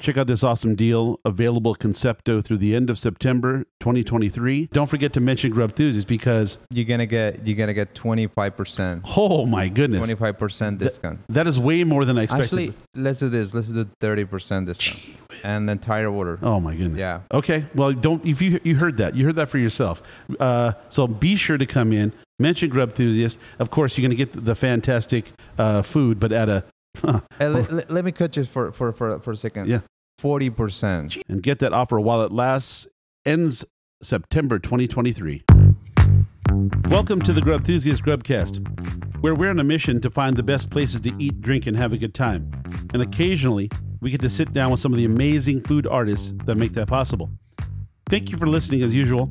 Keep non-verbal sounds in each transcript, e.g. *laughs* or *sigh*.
Check out this awesome deal available at Concepto through the end of September 2023. Don't forget to mention Grubthusies because, You're gonna get you're gonna get twenty five percent, oh my goodness, twenty five percent discount. that is way more than I expected. Actually, let's do this. Let's do thirty percent discount and entire order. Oh my goodness. Yeah. Okay. Well, don't if you you heard that, you heard that for yourself. Uh, so be sure to come in. Mention Grubthusiast. Of course, you're going to get the fantastic uh, food, but at a Uh, le- le- let me cut you for for for, for a second. Yeah. forty percent. and get that offer while it lasts. Ends September 2023. Welcome to the Grubthusiast Grubcast, where we're on a mission to find the best places to eat, drink, and have a good time. And occasionally, we get to sit down with some of the amazing food artists that make that possible. Thank you for listening as usual.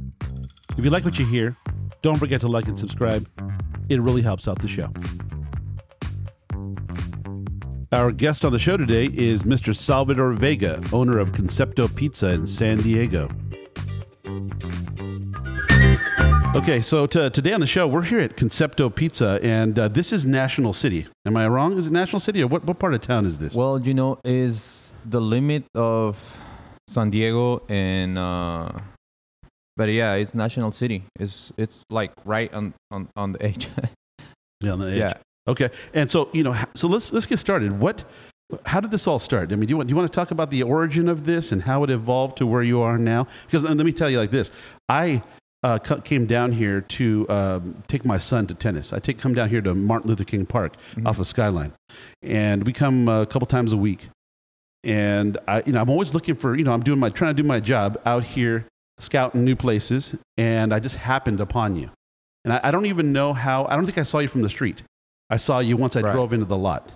If you like what you hear, don't forget to like and subscribe. It really helps out the show. Our guest on the show today is Mr. Salvador Vega, owner of Concepto Pizza in San Diego. Okay, so to, today on the show, we're here at Concepto Pizza, and uh, this is National City. Am I wrong? Is it National City, or what, what part of town is this? Well, you know, is the limit of San Diego and uh but yeah, it's national city. It's it's like right on on on the edge. *laughs* Yeah, on the edge. yeah. Okay, and so you know, h- so let's let's get started. What? How did this all start? I mean, do you want do you want to talk about the origin of this and how it evolved to where you are now? Because uh, let me tell you, like this, I. Uh, co- came down here to um, take my son to tennis. I take come down here to Martin Luther King Park off of Skyline, and we come uh, a couple times a week. And I, you know, I'm always looking for, you know, I'm doing my trying to do my job out here, scouting new places, and I just happened upon you. And I, I don't even know how. I don't think I saw you from the street. I saw you once I Right. drove into the lot.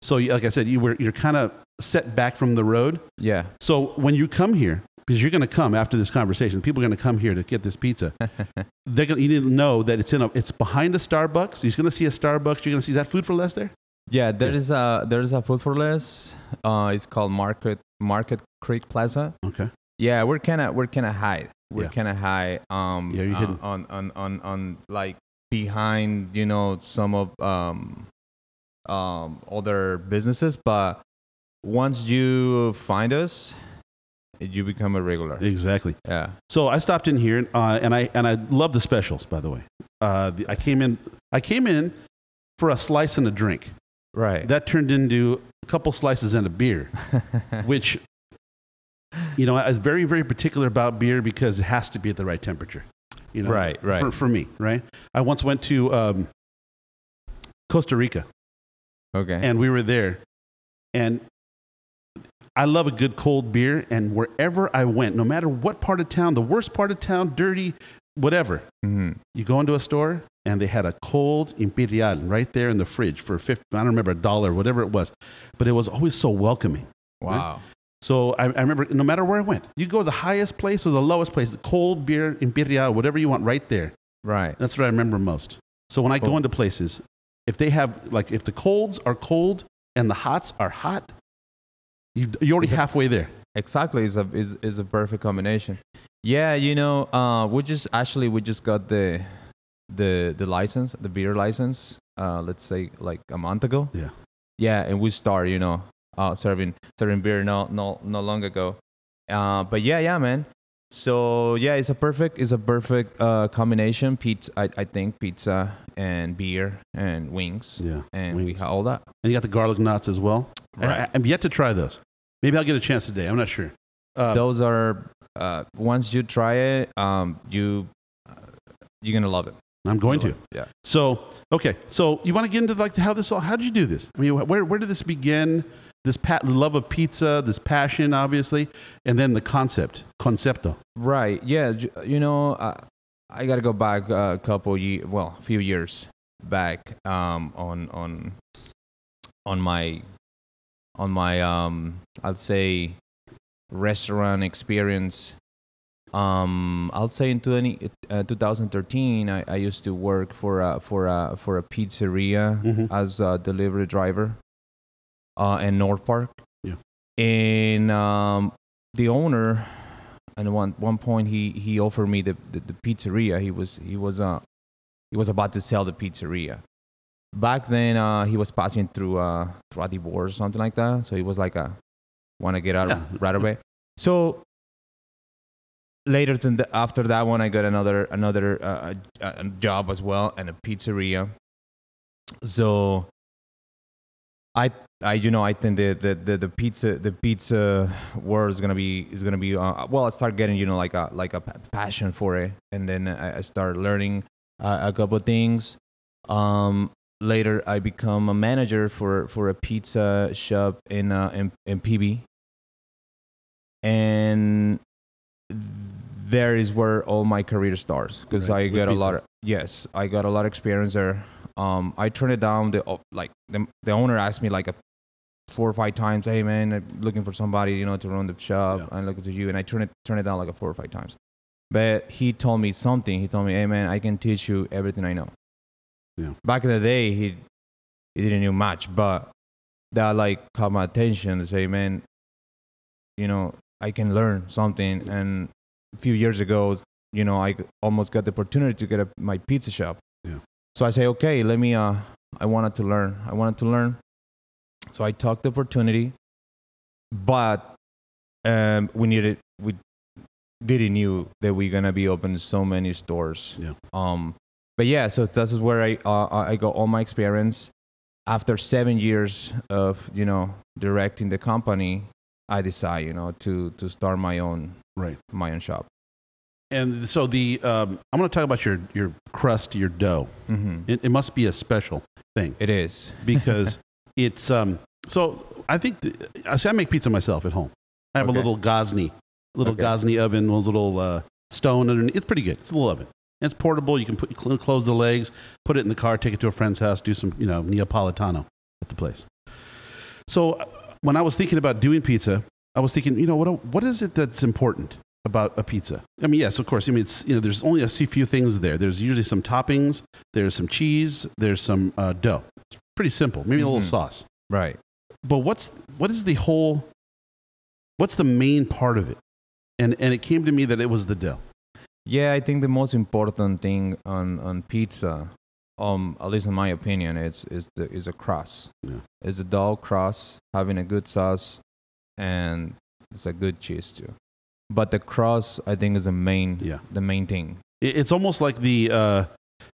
So, you- like I said, you were you're kind of set back from the road. Yeah. So when you come here, because you're going to come after this conversation, people are going to come here to get this pizza. They're going to you need to know that it's in a it's behind a Starbucks. You're going to see a Starbucks. You're going to see is that food for less there. Yeah, there is a there's a food for less. Uh it's called Market Market Creek Plaza. Okay. Yeah, we're kind of we're kind of high. We're Yeah. kind of high. Um, Yeah, you're uh, hidden. on on on on like behind you know some of um um other businesses, but once you find us, you become a regular. Exactly. Yeah, So I stopped in here, uh, and I and I love the specials. By the way, uh, the, I came in I came in for a slice and a drink. right. That turned into a couple slices and a beer, which you know I was very very particular about beer because it has to be at the right temperature. You know, Right, right. For, for me, right. I once went to um, Costa Rica, *laughs* okay. and we were there, and I love a good cold beer. And wherever I went, no matter what part of town, the worst part of town, dirty, whatever, Mhm. you go into a store and they had a cold imperial right there in the fridge for 50 i don't remember a dollar whatever it was but it was always so welcoming Wow. so I, I remember no matter where i went you go to the highest place or the lowest place the cold beer imperial whatever you want right there Right. that's what i remember most so when i go Cool. into places if they have like if the colds are cold and the hots are hot you, you're already halfway there Exactly. Is a is is a perfect combination. Yeah, you know, uh, we just actually we just got the the the license, the beer license. Uh, let's say like a month ago. Yeah. Yeah, and we start, you know, uh, serving serving beer no no no long ago. Uh, but yeah, yeah, man. So yeah, it's a perfect it's a perfect uh, combination. Pizza, I, I think pizza and beer and wings yeah and we wings. have all that. and you got the garlic knots as well I, Right. i'm yet to try those maybe i'll get a chance today i'm not sure uh, those are uh, once you try it, um, you uh, you're gonna love it. i'm going to Yeah. So okay, so you want to get into like how this all? How did you do this? I mean, where where did this begin? This pat love of pizza, this passion, obviously, and then the concept, concepto. Right. Yeah. j- You know, I, I got to go back uh, a couple ye well, a few years back um, on on on my on my um, I'd say restaurant experience. Um, I'll say in 20, uh, 2013, I, I used to work for a, for a, for a pizzeria Mhm. as a delivery driver uh, in North Park. Yeah. And um, the owner and one one point he he offered me the, the, the pizzeria. He was he was uh he was about to sell the pizzeria. Back then uh, he was passing through uh through a divorce or something like that. So it was like a want to get out Yeah. right away. So later than the, after that one, I got another another uh, uh, uh, job as well and a pizzeria. So I I you know I think the the, the, the pizza the pizza world is gonna be is gonna be uh, well I start getting you know like a like a pa- passion for it and then I, I start learning uh, a couple of things. Um, later I become a manager for for a pizza shop in uh, in, in PB, and there is where all my career starts because Right, I with got a pizza. lot of yes I got a lot of experience there. Um, I turned it down. The oh, like the, the owner asked me like a four or five times, "Hey man, I'm looking for somebody you know to run the shop. Yeah. I'm looking to you," and I turned it turned it down like a four or five times. But he told me something. He told me, "Hey man, I can teach you everything I know." Yeah. Back in the day, he he didn't know much, but that like caught my attention to say, "Man, you know, I can learn something." And a few years ago, you know, I almost got the opportunity to get a, my pizza shop. Yeah. So I say, "Okay, let me." Uh, I wanted to learn. I wanted to learn. So I took the opportunity, but um, we needed we didn't knew that we're gonna be opening so many stores. Yeah. Um, but yeah, so this is where I uh, I got all my experience. After seven years of you know directing the company, I decide you know to to start my own Right. my own shop. And so the um, I'm going to talk about your your crust, your dough. Mm-hmm. It, it must be a special thing It is. *laughs* because it's um. So I think th- I see. I make pizza myself at home. I have Okay. a little Gosney, little Okay. Gosney oven, those little uh, stone underneath. It's pretty good. It's a little oven. And it's portable. You can put, cl- close the legs, put it in the car, take it to a friend's house, do some you know Neapolitano at the place. So uh, when I was thinking about doing pizza, I was thinking, you know, what what is it that's important about a pizza? I mean, yes, of course. I mean, it's you know, there's only a see- few things there. There's usually some toppings. There's some cheese. There's some uh, dough. It's pretty simple. Maybe a little Mhm. sauce. Right. But what's what is the whole? What's the main part of it? And and it came to me that it was the dough. Yeah, I think the most important thing on, on pizza, um, at least in my opinion, is is the is a crust. Yeah. It's a dull crust, having a good sauce, and it's a good cheese too. But the crust, I think, is the main Yeah. the main thing. It- It's almost like the. Uh,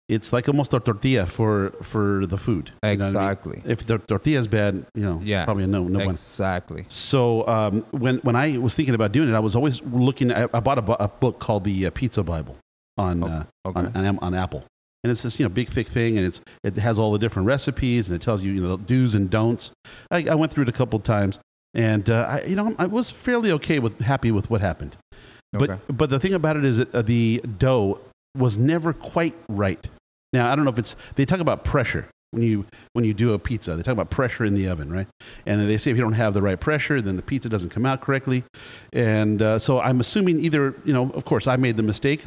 it's like almost a tortilla for for the food. You know what I mean? Exactly. If the tortilla is bad, you know, Yeah. probably a no no one. exactly. So um, when when I was thinking about doing it, I was always looking. I, I bought a, bu- a book called the uh, Pizza Bible on, uh, Okay. on on Am- on Apple, and it's this you know big thick thing, and it's it has all the different recipes, and it tells you you know the do's and don'ts. I, I went through it a couple times, and uh, I you know I was fairly okay with happy with what happened, but okay. but the thing about it is that uh, the dough was never quite right. Now I don't know if it's they talk about pressure when you when you do a pizza. They talk about pressure in the oven, right? And they say if you don't have the right pressure, then the pizza doesn't come out correctly. And uh, so I'm assuming either you know, of course, I made the mistake,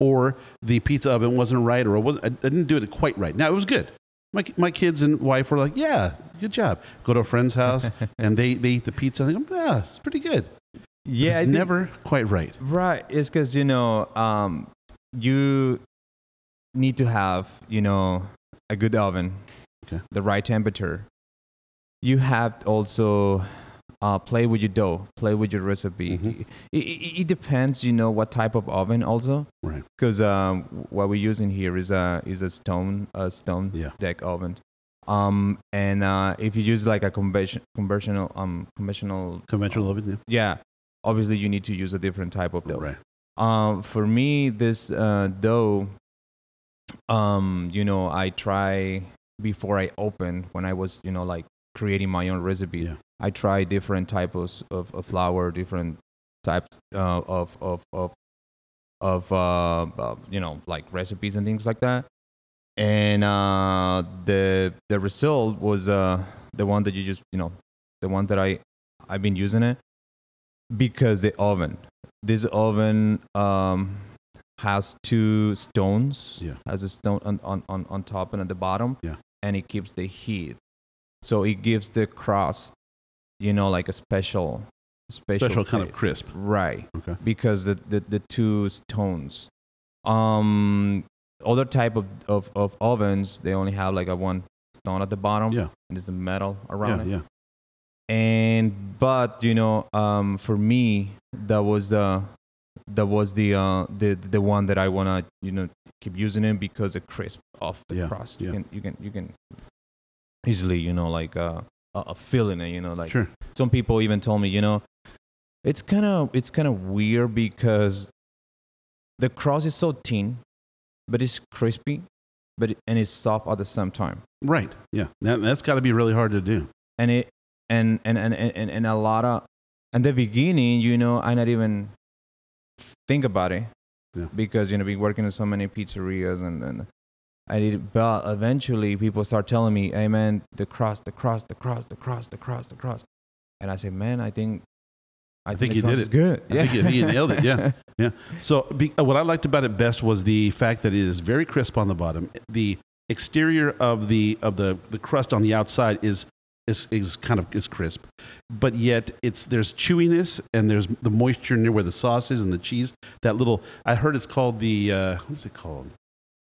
or the pizza oven wasn't right, or it wasn't. I, I didn't do it quite right. Now it was good. My, my kids and wife were like, "Yeah, good job." Go to a friend's *laughs* house and they, they eat the pizza. And I think, "Yeah, it's pretty good." But yeah, it's I think- never quite right. Right. It's because, you know, um, you need to have, you know, a good oven, Okay. the right temperature. You have to also uh, play with your dough, play with your recipe. Mhm. It, it, it depends, you know, what type of oven also. Right. Because um, what we're using here is a, is a stone, a stone Yeah. deck oven. Um, and uh, if you use like a convention, conventional, um, conventional, Conventional oven, yeah. yeah, obviously you need to use a different type of dough. Right. Um, for me, this uh, dough, um, you know, I try before I opened when I was, you know, like creating my own recipe. Yeah. I try different types of, of flour, different types uh, of of of of uh, uh, you know, like recipes and things like that. And uh, the the result was uh, the one that you just, you know, the one that I I've been using it because the oven this oven um, has two stones. Yeah. Has a stone on, on, on, on top and at the bottom. Yeah. And it keeps the heat. So it gives the crust, you know, like a special special, Special kind of taste. crisp. Right. Okay. Because the, the, the two stones. Um other type of, of, of ovens, they only have like a one stone at the bottom. Yeah. And it's a metal around Yeah, it. yeah. and but you know um for me that was the that was the uh the the one that i want to you know keep using it because the crisp off the Yeah, crust you yeah. can you can you can easily you know like uh a a feeling it you know like Sure. some people even told me you know it's kind of it's kind of weird because the crust is so thin but it's crispy but and it's soft at the same time Right. Yeah. That, that's got to be really hard to do. and it and and and and, and a lot of in the beginning you know i not even think about it Yeah. because you know been working in so many pizzerias and and i did but eventually people start telling me hey man the cross the cross the cross the cross the cross the cross and i say man i think i, think the you cross did is it. good I think you- you nailed it, yeah. Yeah. So be, uh, what I liked about it best was the fact that it is very crisp on the bottom. The exterior of the of the, the crust on the outside is is is kind of is crisp, but yet it's there's chewiness and there's the moisture near where the sauce is and the cheese. That little I heard it's called the uh, what's it called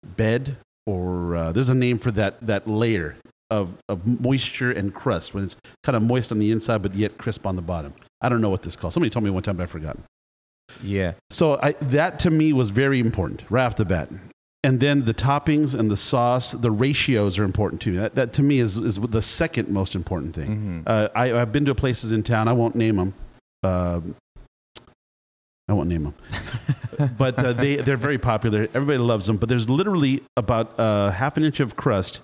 bed or uh, there's a name for that that layer. Of, of moisture and crust when it's kind of moist on the inside but yet crisp on the bottom. I don't know what this is called. Somebody told me one time, but I've forgotten. *laughs* yeah So I, that to me was very important right off the bat. And then the toppings and the sauce, the ratios are important too. That, that to me is, is the second most important thing. Mhm. Uh, I, I've been to places in town, I won't name them. I won't name them. but uh, they, they're very popular. Everybody loves them. But there's literally about uh, half an inch of crust,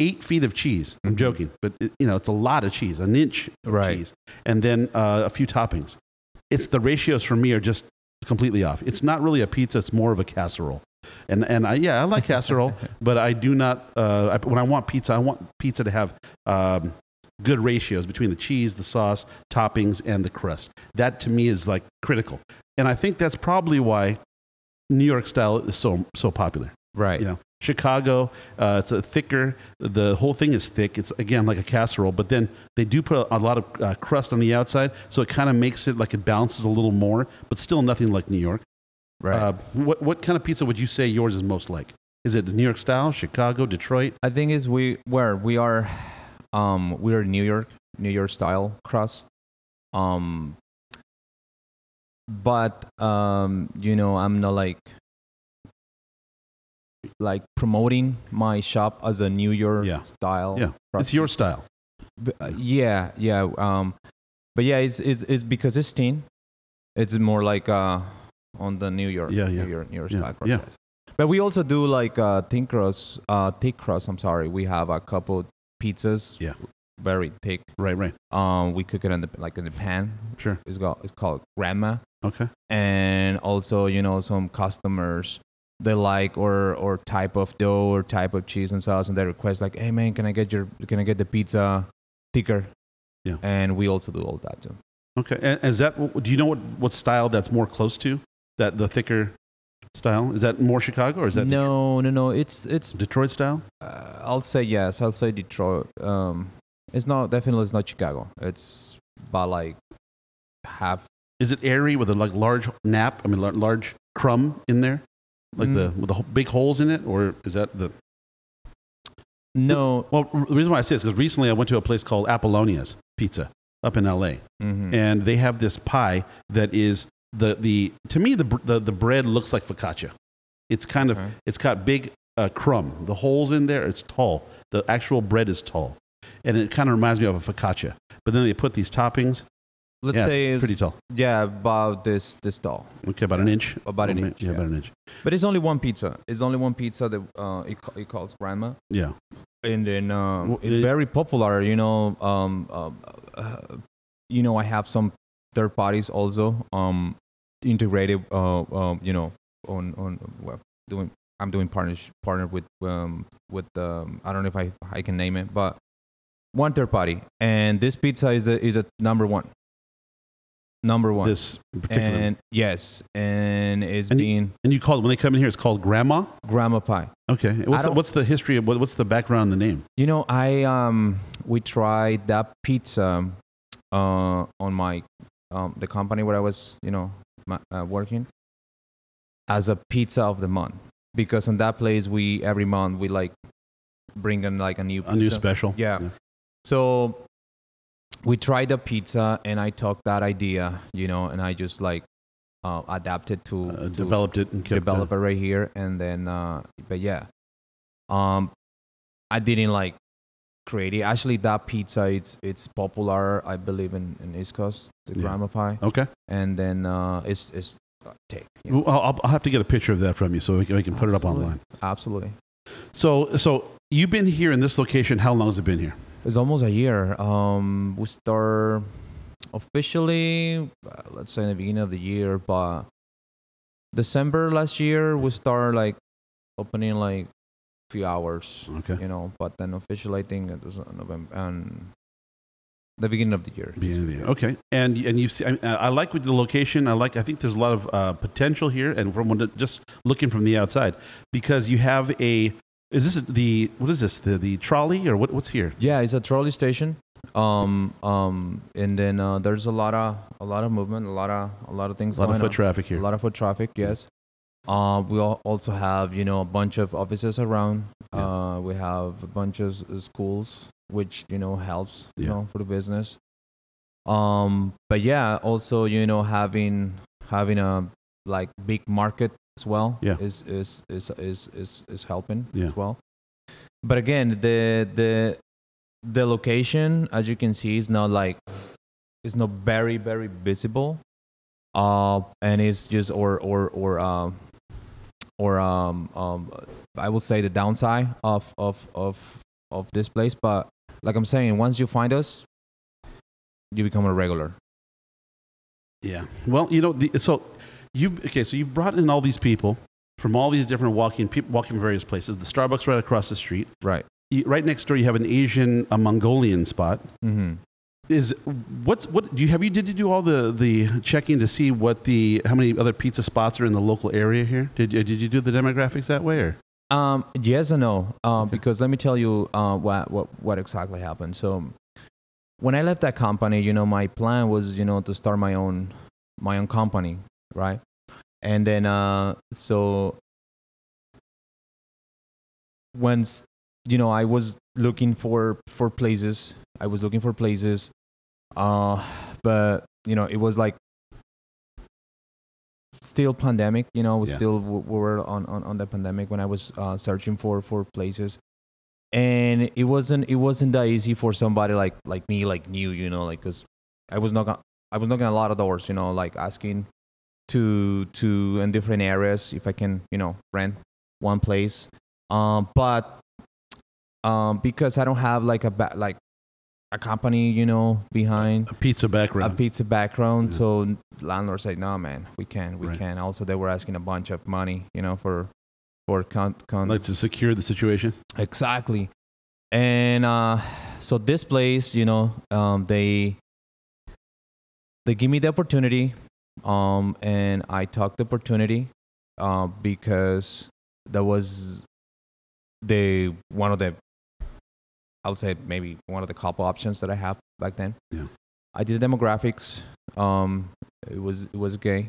eight feet of cheese. I'm Mhm. joking, but it- you know, it's a lot of cheese, an inch of Right. cheese, and then uh, a few toppings. It's the ratios for me are just completely off. It's not really a pizza, it's more of a casserole. And, and I, yeah, I like casserole, but I do not, uh, I, when I want pizza, I want pizza to have um, good ratios between the cheese, the sauce, toppings, and the crust. That to me is like critical. And I think that's probably why New York style is so, so popular. right You know, Chicago, uh, it's a thicker, the whole thing is thick. It's again like a casserole, but then they do put a, a lot of uh, crust on the outside. So it kind of makes it like it balances a little more, but still nothing like New York. right Uh, what, what kind of pizza would you say yours is most like? Is it New York style, Chicago, Detroit? I think is we where we are, um, we are New York, New York style crust, um, but um, you know I'm not like like promoting my shop as a New York Yeah. style. Yeah. crust. It's your style. B- uh, yeah, yeah. Um, but yeah, it's it's, it's because it's teen. It's more like uh on the New York, Yeah, yeah. New York, New York Yeah, style yeah. crust. But we also do like uh, thin crust, uh, thick crust. I'm sorry, we have a couple pizzas. Yeah. very thick. Right, right. Um, we cook it in the like in the pan. Sure. It's called it's called grandma Okay. and also you know some customers they like or or type of dough or type of cheese and sauce and they request like hey man can i get your can i get the pizza thicker Yeah. and we also do all that too Okay. And is that, do you know what, what style that's more close to? That the thicker style? Is that more Chicago or is that no no no it's it's Detroit style? uh, i'll say yes i'll say detroit um it's not definitely it's not chicago it's about like half Is it airy with a like large nap? I mean, lar- large crumb in there, like the Mm. with the ho- big holes in it, or is that the? no Well, r- the reason why I say this because recently I went to a place called Apollonia's Pizza up in L.A. mhm. and they have this pie that is the the to me the br- the, the bread looks like focaccia. It's kind of Okay. it's got big uh, crumb. The holes in there. It's tall. The actual bread is tall, and it kind of reminds me of a focaccia. But then they put these toppings. let's yeah, say it's pretty tall. yeah about this this tall Okay, about an inch. About an Yeah, inch, Yeah, yeah. about an inch. but it's only one pizza it's only one pizza that uh it, ca- it calls grandma Yeah. and then um, Well, it's it- very popular. You know, um, um, uh, you know, I have some third parties also um, integrated. Uh, um, you know, on on well, doing. I'm doing partners partnered with um, with um, I don't know if I I can name it, but one third party, and this pizza is a is a number one. Number one. This particular and yes, and it's And you- being And you call it when they come in here. It's called Grandma. grandma pie. Okay. What's the, don't- what's the history of what, what's the background of the name? You know, I um we tried that pizza uh on my um the company where I was, you know, ma uh, working as a pizza of the month because in that place we every month we like bring in like a new A new pizza. special. Yeah. So we tried the pizza, and I took that idea, you know, and I just like uh, adapted to, Uh, to developed it and kept develop it right here, and then uh, but yeah, um, I didn't like create it. Actually, that pizza it's it's popular, I believe, in in East Coast, the Yeah. grandma pie, it. Okay. and then uh, it's it's uh, take you know, Well, I'll, I'll have to get a picture of that from you so we can, we can put it up Absolutely. online. absolutely. So, so you've been here in this location. How long has it been here? It's almost a year. Um, we start officially, uh, let's say in the beginning of the year, but December last year we start like opening like few hours, Okay. you know. But then officially, I think it was on November and the beginning of the year. Beginning of the year. Okay. And and you've seen, I, I like with the location. I like. I think there's a lot of uh, potential here, and from when- just looking from the outside, because you have a. Is this the what is this the the trolley or what what's here? Yeah, it's a trolley station. Um, um, and then uh, there's a lot of a lot of movement, a lot of a lot of things. A lot of going foot on. traffic here. A lot of foot traffic, yes. Uh, we al- also have, you know, a bunch of offices around. Uh, we have a bunch of s- schools, which, you know, helps, you Yeah. know, for the business. Um, but yeah, also, you know, having having a like big market as well Yeah. is, is is is is is helping Yeah. as well. But again, the the the location, as you can see, is not like it's not very very visible uh and it's just or or or um or um um i will say the downside of of of of this place but like i'm saying once you find us you become a regular Yeah. Well, you know, the, so you okay? So you've brought in all these people from all these different walking people walking from various places. The Starbucks right across the street. right You- Right next door, you have an Asian, a Mongolian spot. mm-hmm. Is what's what? Do you have you did you do all the the checking to see what the how many other pizza spots are in the local area here? Did you- did you do the demographics that way or? Um, yes and no. Um, Okay. because let me tell you uh, what, what what exactly happened. So when I left that company, you know, my plan was, you know, to start my own my own company, right? And then uh, so once you know, I was looking for for places. I was looking for places, uh, but you know, it was like still pandemic. You know, we Yeah. still w- we were on, on on the pandemic when I was uh, searching for for places, and it wasn't it wasn't that easy for somebody like like me, like new. You know, like because I was not gonna I was knocking a lot of doors. You know, like asking to to in different areas if I can you know rent one place, um, but um, because I don't have like a ba- like a company, you know, behind A pizza a background. pizza background. Yeah. So landlord said, "No, man, we can't, we Right. can't." Also, they were asking a bunch of money, you know, for for con, con- like to secure the situation. exactly. And uh, so this place, you know, um, they they give me the opportunity, um, and I took the opportunity uh, because that was the one of the I would say maybe one of the couple options that I have back then. Yeah. I did demographics. Um, it was it was okay.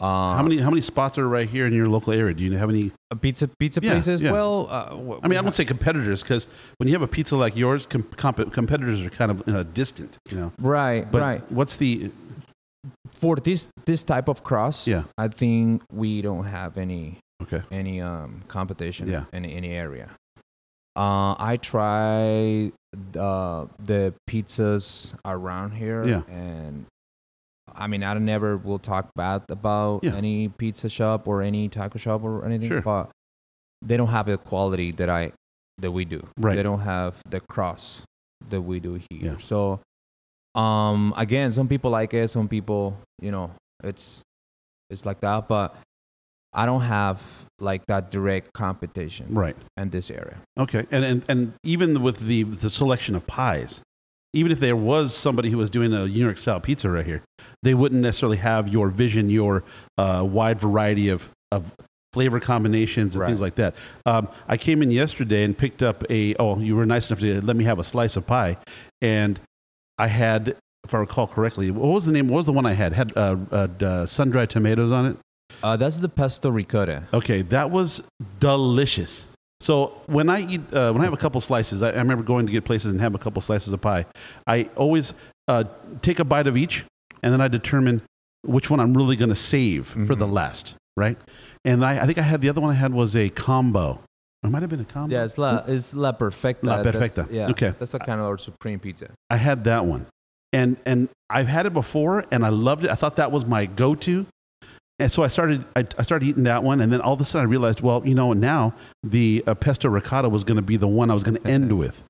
Uh, how many how many spots are right here in your local area? Do you have any? pizza pizza Yeah, places? yeah. Well, uh, wh- I mean, I don't say competitors because when you have a pizza like yours, com- comp- competitors are kind of you know, distant. You know, right, but right. what's the for this this type of cross, Yeah. I think we don't have any Okay. any um competition Yeah. in any area. Uh, I try uh, the pizzas around here, Yeah. and I mean, I never will talk bad about Yeah. any pizza shop or any taco shop or anything, Sure. but they don't have the quality that I that we do. Right. They don't have the cross that we do Yeah. here. So, um, again, some people like it, some people, you know, it's it's like that. But I don't have like that direct competition right? in this area. Okay, and and and even with the the selection of pies, even if there was somebody who was doing a New York style pizza right here, they wouldn't necessarily have your vision, your uh, wide variety of of flavor combinations and Right. things like that. Um, I came in yesterday and picked up a. Oh, you were nice enough to let me have a slice of pie, and I had, if I recall correctly, what was the name? What was the one I had? Had uh, uh, uh, sun dried tomatoes on it. Uh, that's the pesto ricotta. Okay, that was delicious. So when I eat, uh, when I have a couple slices, I, I remember going to get places and have a couple slices of pie. I always uh, take a bite of each, and then I determine which one I'm really going to save for the last, right? And I, I think I had the other one I had was a combo. It might have been a combo. Yeah, it's la it's la perfecta. La That's- perfecta. yeah, Okay. That's a kind of our supreme pizza. I had that one, and and I've had it before, and I loved it. I thought that was my go-to, and so I started I, I started eating that one, and then all of a sudden I realized, well, you know, now the uh, pesto ricotta was going to be the one I was going to end with.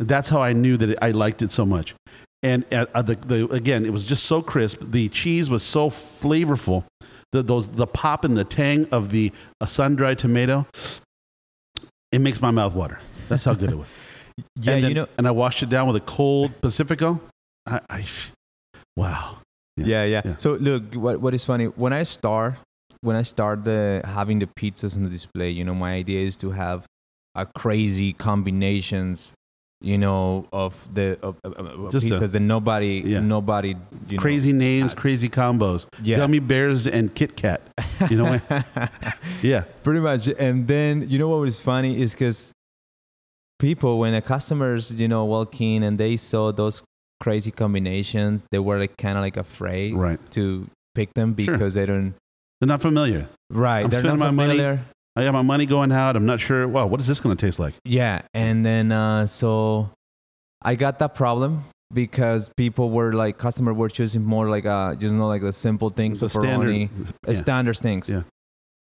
That's how I knew that I liked it so much, and uh, uh, the, the again, it was just so crisp. The cheese was so flavorful. The, those the pop and the tang of the uh, sun-dried tomato, it makes my mouth water. That's how good it was Yeah, and you then- know. and I washed it down with a cold Pacifico. I, I wow. Yeah. Yeah, yeah. So look, what what is funny when I start when I start the having the pizzas on the display, you know, my idea is to have a crazy combinations, you know, of the of, of, of Just a- pizzas that nobody Yeah. nobody you know, crazy names, has- crazy combos. Yeah. Gummy bears and Kit Kat. You *laughs* know, yeah. *laughs* pretty much and then you know what was funny is because people when the customers you know walk in and they saw those crazy combinations they were like kind of like afraid Right. to pick them Sure. because they don't They're not familiar. right I'm they're spending not my money- familiar I got my money going out. I'm not sure. Wow, what is this going to taste like? yeah and then uh, so i got that problem because people were like customer were choosing more like uh just know like the simple things The standard. pepperoni, uh, yeah. standard things Yeah.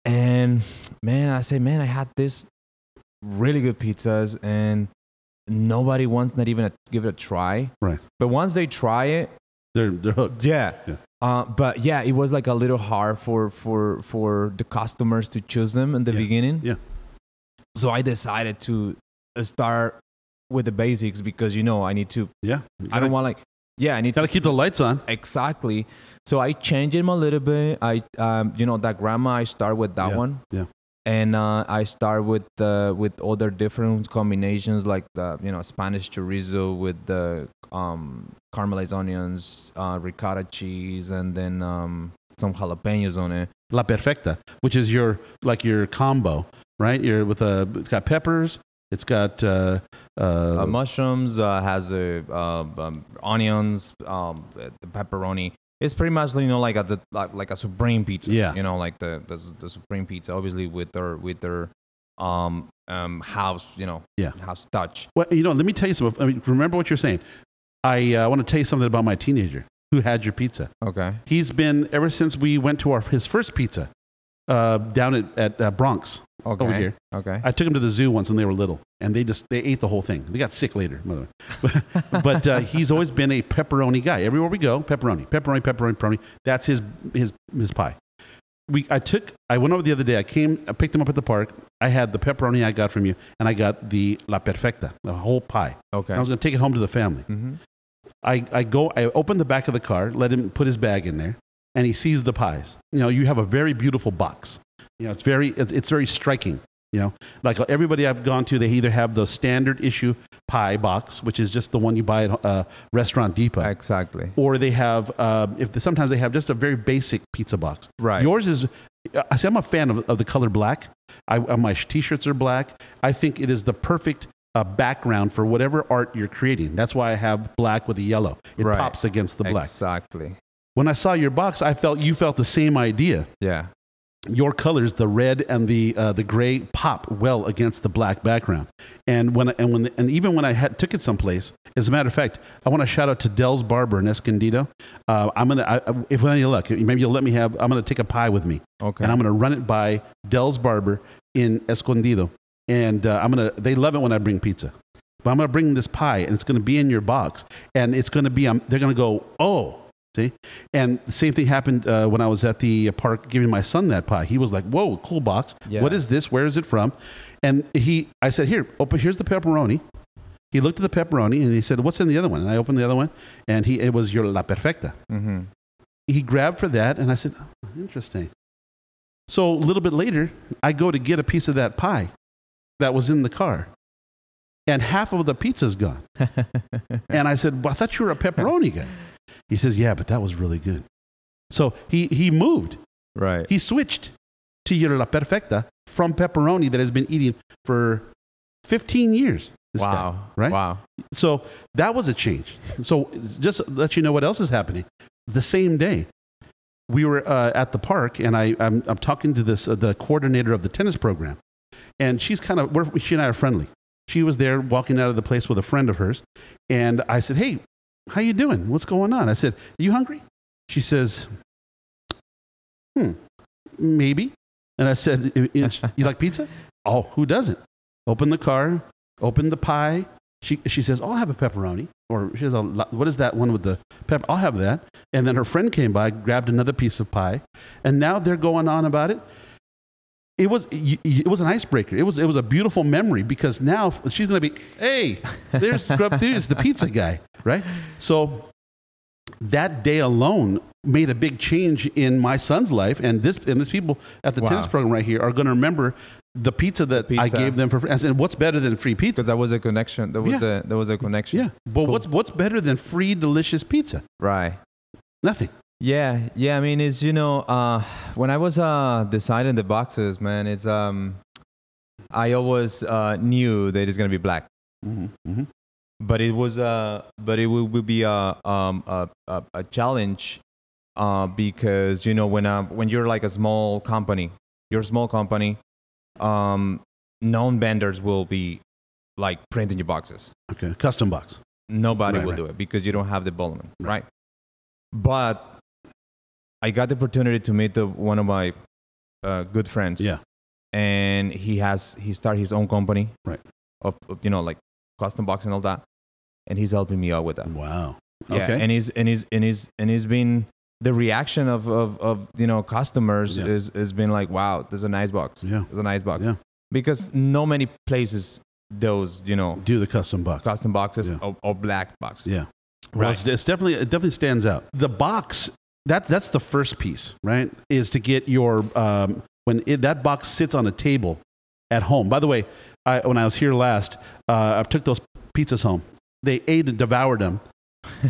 and man i say man i had this really good pizzas and nobody wants not even a, give it a try Right. but once they try it They're they're hooked. yeah. Yeah. Uh, but yeah, it was like a little hard for for for the customers to choose them in the Yeah. beginning. Yeah. So I decided to start with the basics because you know I need to. Yeah. I don't want like yeah I need Got to to keep the lights on. exactly. So I changed them a little bit. I um you know that grandma I start with that Yeah. one. Yeah. And uh, I start with uh, with other different combinations like the you know Spanish chorizo with the um, caramelized onions, uh, ricotta cheese, and then um, some jalapenos on it. La Perfecta, which is your like your combo, right? You're with a it's got peppers, it's got uh uh, Uh, mushrooms uh, has a uh, um, onions, um, uh, the pepperoni. It's pretty much you know like a the, like, like a supreme pizza. Yeah. you know like the, the the supreme pizza, obviously with their with their um um house you know Yeah. house touch. Well, you know, let me tell you something. I mean, remember what you're saying. I uh, want to tell you something about my teenager who had your pizza. Okay. He's been ever since we went to our his first pizza uh, down at, at uh, Bronx. Okay. here. Okay. I took him to the zoo once when they were little, and they just they ate the whole thing. They got sick later, by the way. *laughs* But, but uh, he's always been a pepperoni guy. Everywhere we go, pepperoni, pepperoni, pepperoni, pepperoni. That's his his his pie. We I took I went over the other day. I came, I picked him up at the park. I had the pepperoni I got from you, and I got the la perfecta, the whole pie. okay. And I was going to take it home to the family. Mhm. I, I go, I open the back of the car, let him put his bag in there, and he sees the pies. You know, you have a very beautiful box. You know, it's very, it's, it's very striking. You know, like uh, everybody I've gone to, they either have the standard issue pie box, which is just the one you buy at uh, Restaurant Depot, Exactly. or they have, uh, if they, sometimes they have just a very basic pizza box. Right. Yours is. I see. I'm a fan of, of the color black. I, uh, my sh- t-shirts are black. I think it is the perfect uh, background for whatever art you're creating. That's why I have black with a yellow. It Right. pops against the black. Exactly. When I saw your box, I felt you felt the same idea. Yeah. Your colors, the red and the uh, the gray, pop well against the black background. And when and when and even when I had, took it someplace, as a matter of fact, I want to shout out to Dell's Barber in Escondido. Uh, I'm gonna I, I- if with any luck, maybe you'll let me have. I'm gonna take a pie with me Okay. and I'm going to run it by Dell's Barber in Escondido. And uh, I'm going to, they love it when I bring pizza. But I'm going to bring this pie and it's going to be in your box. And it's going to be, um, they're going to go, oh, see? And the same thing happened uh, when I was at the park giving my son that pie. He was like, whoa, cool box. Yeah. What is this? Where is it from? And he, I said, here, open, here's the pepperoni. He looked at the pepperoni and he said, what's in the other one? And I opened the other one and he, it was your La Perfecta hmm he grabbed for that, and I said, oh, interesting. So a little bit later, I go to get a piece of that pie that was in the car, and half of the pizza's gone. and I said, well, I thought you were a pepperoni guy. He says, yeah, but that was really good. So he, he moved. Right. He switched to your La Perfecta from pepperoni that has been eating for 15 years. this guy, wow. right? Wow. So that was a change. So just to let you know what else is happening. The same day, we were uh, at the park, and I, I'm, I'm talking to this uh, the coordinator of the tennis program, and she's kind of we're, she and I are friendly. She was there walking out of the place with a friend of hers, and I said, "Hey, how you doing? What's going on?" I said, "Are you hungry?" She says, "Hmm, maybe." And I said, "You- "You like pizza? Oh, who doesn't? Open the car, open the pie, she, she says, I'll have a pepperoni. Or she says, "I'll- what is that one with the pepper? I'll have that. And then her friend came by, grabbed another piece of pie. And now they're going on about it. It was, y- y- it was an icebreaker. It was, it was a beautiful memory because now she's going to be, hey, *laughs* there's Grub Dudes, the pizza guy, right? So that day alone made a big change in my son's life. And this, and these people at the Wow. tennis program right here are going to remember the pizza that I Pizza. gave them for free. And what's better than free pizza? Because that was a connection. That was Yeah. the that was a connection. Yeah, but Cool. what's what's better than free delicious pizza? Right. Nothing. Yeah, yeah. I mean, it's you know, uh, when I was uh, deciding the boxes, man, it's um, I always uh, knew that it's gonna be black, Mm-hmm. but it was uh, but it will, will be a um a a, a challenge, uh, because you know when uh, when you're like a small company, you're a small company, um, known vendors will be like printing your boxes. Okay, custom box. nobody Right, will right. do it because you don't have the volume, Right. right? But I got the opportunity to meet the, one of my uh, good friends. Yeah. and he has he started his own company, Right. Of of, you know like custom box and all that, and he's helping me out with that. Wow. Yeah, Mm, Okay. and he's and he's and he's and he's been the reaction of of, of you know customers Yeah. is has been like wow, this is a nice box. Yeah. it's a nice box. Yeah. because no many places those you know Do the custom box. custom boxes Yeah. or, or black boxes. Yeah. Well, it's, it's definitely it definitely stands out. The box that's that's the first piece, right? Is to get your um, when it, that box sits on a table at home. By the way, I, when I was here last, uh, I took those pizzas home. They ate and devoured them.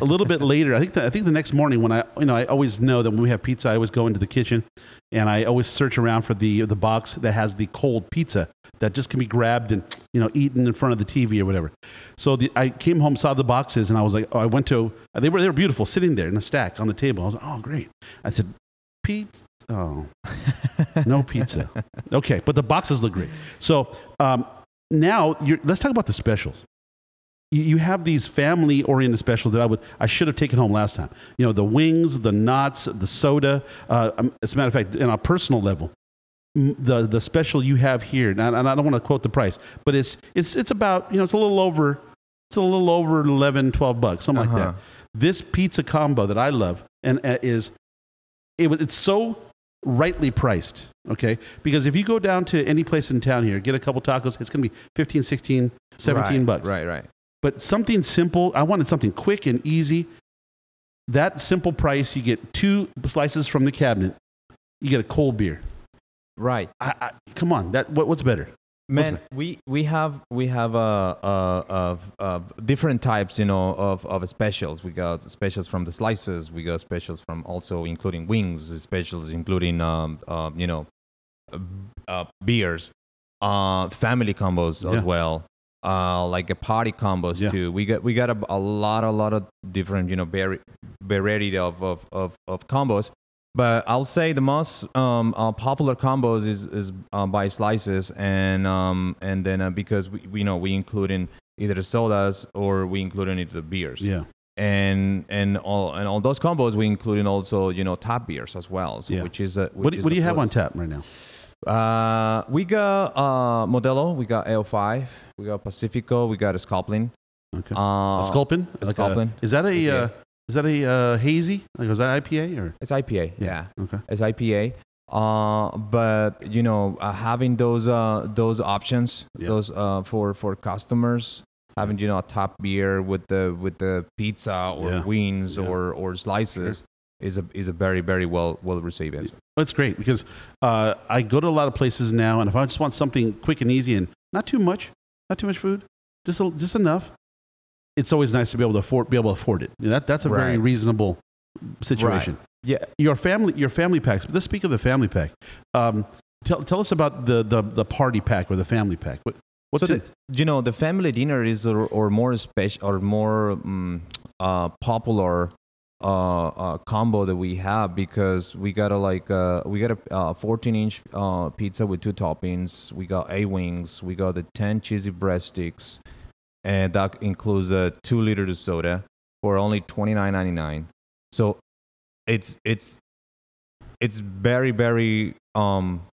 A little bit later, I think the, I think the next morning when I you know I always know that when we have pizza, I always go into the kitchen and I always search around for the the box that has the cold pizza that just can be grabbed and you know eaten in front of the TV or whatever. So the, I came home, saw the boxes, and I was like, oh, I went to they were they were beautiful, sitting there in a stack on the table. I was like, oh great. I said, Pete, oh no pizza. Okay, but the boxes look great. So um, now you're, let's talk about the specials. You, you have these family-oriented specials that I would I should have taken home last time. You know, the wings, the knots, the soda. Uh, um, as a matter of fact, on a personal level, m- the the special you have here, and I, and I don't want to quote the price, but it's it's it's about you know it's a little over it's a little over 11, 12 bucks, something like Uh-huh. that. This pizza combo that I love and uh, is it, was- it's so rightly priced okay because if you go down to any place in town here get a couple tacos it's going to be 15 16 17 Right, bucks Right, right. but something simple i wanted something quick and easy that simple price you get two slices from the cabinet you get a cold beer Right. I, I, come on that what, what's better Man, we, we have we have uh, uh, of of different types, you know, of, of specials. We got specials from the slices. We got specials from also including wings, specials including um, um, you know, uh, uh, beers, uh, family combos Yeah. as well, uh, like a party combos Yeah. too. We got we got a, a lot a lot of different you know vari- variety of of, of of combos. But I'll say the most um, uh, popular combos is is uh, by slices and um, and then uh, because we we- you know we include in either sodas or we include in it the beers yeah and and all and all those combos we include in also you know top beers as well so Yeah. which is a, which what, do- is what do a you have plus. on tap right now Uh, we got uh Modelo, we got L5, we got Pacifico, we got Scopling. okay Uh, a sculpin a Like Sculpin. is that a uh, IPA. is that a uh, hazy like was that ipa or it's IPA, Yeah. yeah. okay It's IPA. Uh, but you know, uh, having those uh those options, Yeah. those uh for for customers, having you know a top beer with the with the pizza or Yeah. wings Yeah. or or slices is a is a very very well well received. answer. Well, it's great because uh, I go to a lot of places now, and if I just want something quick and easy and not too much, not too much food, just, a, just enough, it's always nice to be able to afford, be able to afford it. You know, that, that's a very Right. reasonable situation. Yeah. Your family, your family packs. Let's speak of the family pack. Um, tell, tell us about the, the, the party pack or the family pack. What, What's so it? the- you know, the family dinner is or, or more special or more um, uh, popular uh, uh, combo that we have because we got a like uh, we got a 14 inch uh, pizza with two toppings. We got a wings. We got the 10 cheesy breast sticks, and that includes a two liter of soda for only 29.99. So it's it's it's very very um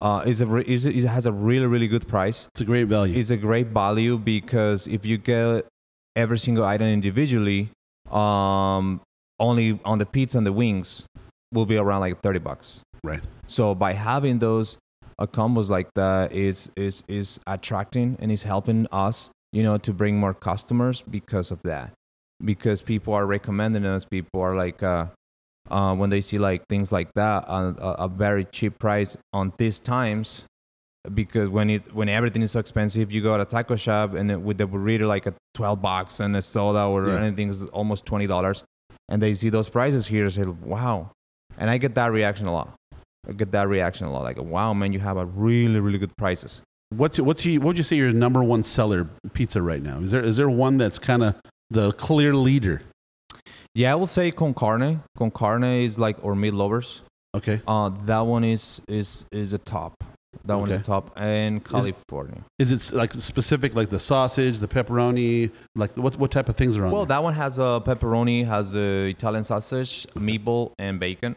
uh is a re- is it has a really really good price It's a great value. it's a great value because if you get every single item individually, um, only on the pizza and the wings will be around like thirty bucks. right. So by having those uh, combos like that, is is is attracting and is helping us, you know, to bring more customers because of that. Because people are recommending us, people are like, uh, uh, when they see like things like that on a, a very cheap price on these times, because when it when everything is so expensive, you go to a taco shop and it, with the burrito like a twelve bucks and a soda or Yeah. anything is almost twenty dollars, and they see those prices here, say wow, and I get that reaction a lot. I get that reaction a lot, like wow, man, you have a really really good prices. What's what's you, what would you say your number one seller pizza right now? Is there is there one that's kind of the clear leader? Yeah, I will say con carne. Con carne is like or meat lovers. Okay. Uh, that one is is is a top. That one Okay. is top and California. Is it s- like specific like the sausage, the pepperoni, like what what type of things are on? Well, that one has a pepperoni, has a Italian sausage, meatball, and bacon.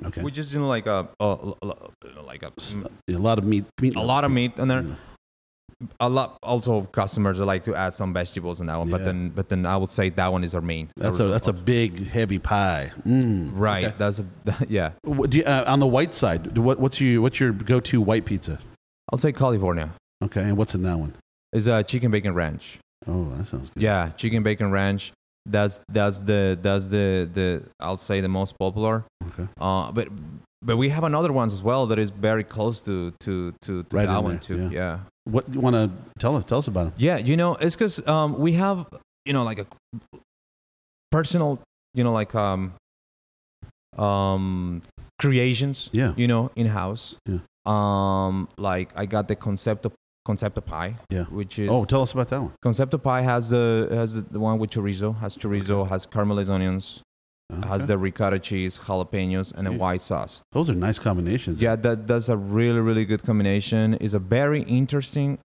there? okay. We just do like a, a, a- like a, S- Mm, a lot of meat, meat a lot of meat in there. Yeah. A lot. Also, customers like to add some vegetables in that one, but Yeah. then but then I would say that one is our main. That's a that's a big heavy pie. Mm. right. Okay. That's a *laughs* yeah. What do you, uh, on the white side, do- what, what's your what's your go to white pizza? I'll say California. Okay, and what's in that one? It's a chicken bacon ranch. Oh, that sounds good. Yeah, chicken bacon ranch. That's that's the that's the the I'll say the most popular. Okay. Uh, but but we have another ones as well that is very close to to to, to Right that in one there, too. yeah. Yeah. yeah. What you want to tell us? Tell us about it. you know, it's because um we have you know like a personal you know like um um creations Yeah. you know in house. Yeah. Um, like I got the concept of concept of pie. Yeah. Which is Oh, tell us about that one. Concepto pie has the has the, the one with chorizo, has chorizo, has caramelized onions, has Okay. the ricotta cheese, jalapenos, and a Yeah. white sauce. Those are nice combinations. Yeah, that that's a really really good combination. It's a very interesting.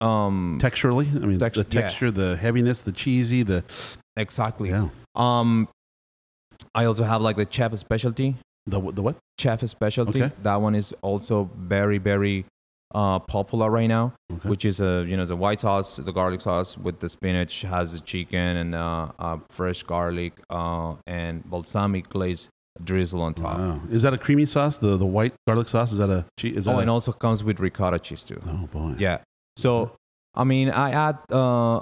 Um, Texturally, I mean, Text- the yeah. texture, the heaviness, the cheesy, the exactly. yeah, Um, I also have like the chef specialty. the wh- the what? Chef specialty. Okay. That one is also very very uh, popular right now. Okay. which is a you know the white sauce, the garlic sauce with the spinach, has the chicken and uh, uh, fresh garlic uh, and balsamic glaze drizzle on top. Wow. Is that a creamy sauce? The the white garlic sauce? Is that a cheese? Is that Oh, a- and also comes with ricotta cheese *laughs* too. oh boy. Yeah. So I mean, I had uh,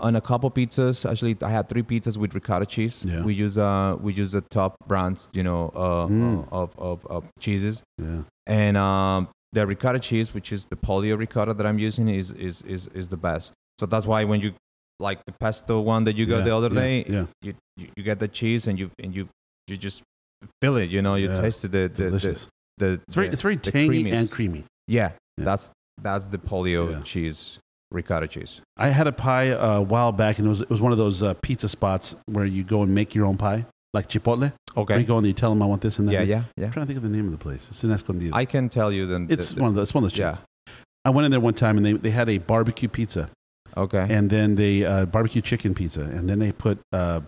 on a couple pizzas. Actually, I had three pizzas with ricotta cheese. Yeah. We use uh we use the top brands, you know, uh, Mm. uh, of, of of cheeses. yeah. and um, the ricotta cheese, which is the polio ricotta that I'm using, is is is is the best. So that's why when you like the pesto one that you got Yeah, the other yeah, day, Yeah. You, you you get the cheese and you and you you just feel it. You know, you Yeah, taste it. The, the, Delicious. the, the it's very the- it's very the tangy creaminess. and creamy. yeah, Yeah. That's that's the polio Yeah. cheese ricotta cheese. I had a pie uh, a while back, and it was it was one of those uh, pizza spots where you go and make your own pie, like Chipotle. Where you Okay. go and you tell them I want this and that. Yeah, yeah, yeah. I'm trying to think of the name of the place. It's in Escondido. I can tell you then. the- it's the- one of those. It's one of those yeah. chains. I went in there one time, and they, they had a barbecue pizza. Okay. and then they uh, barbecue chicken pizza, and then they put uh,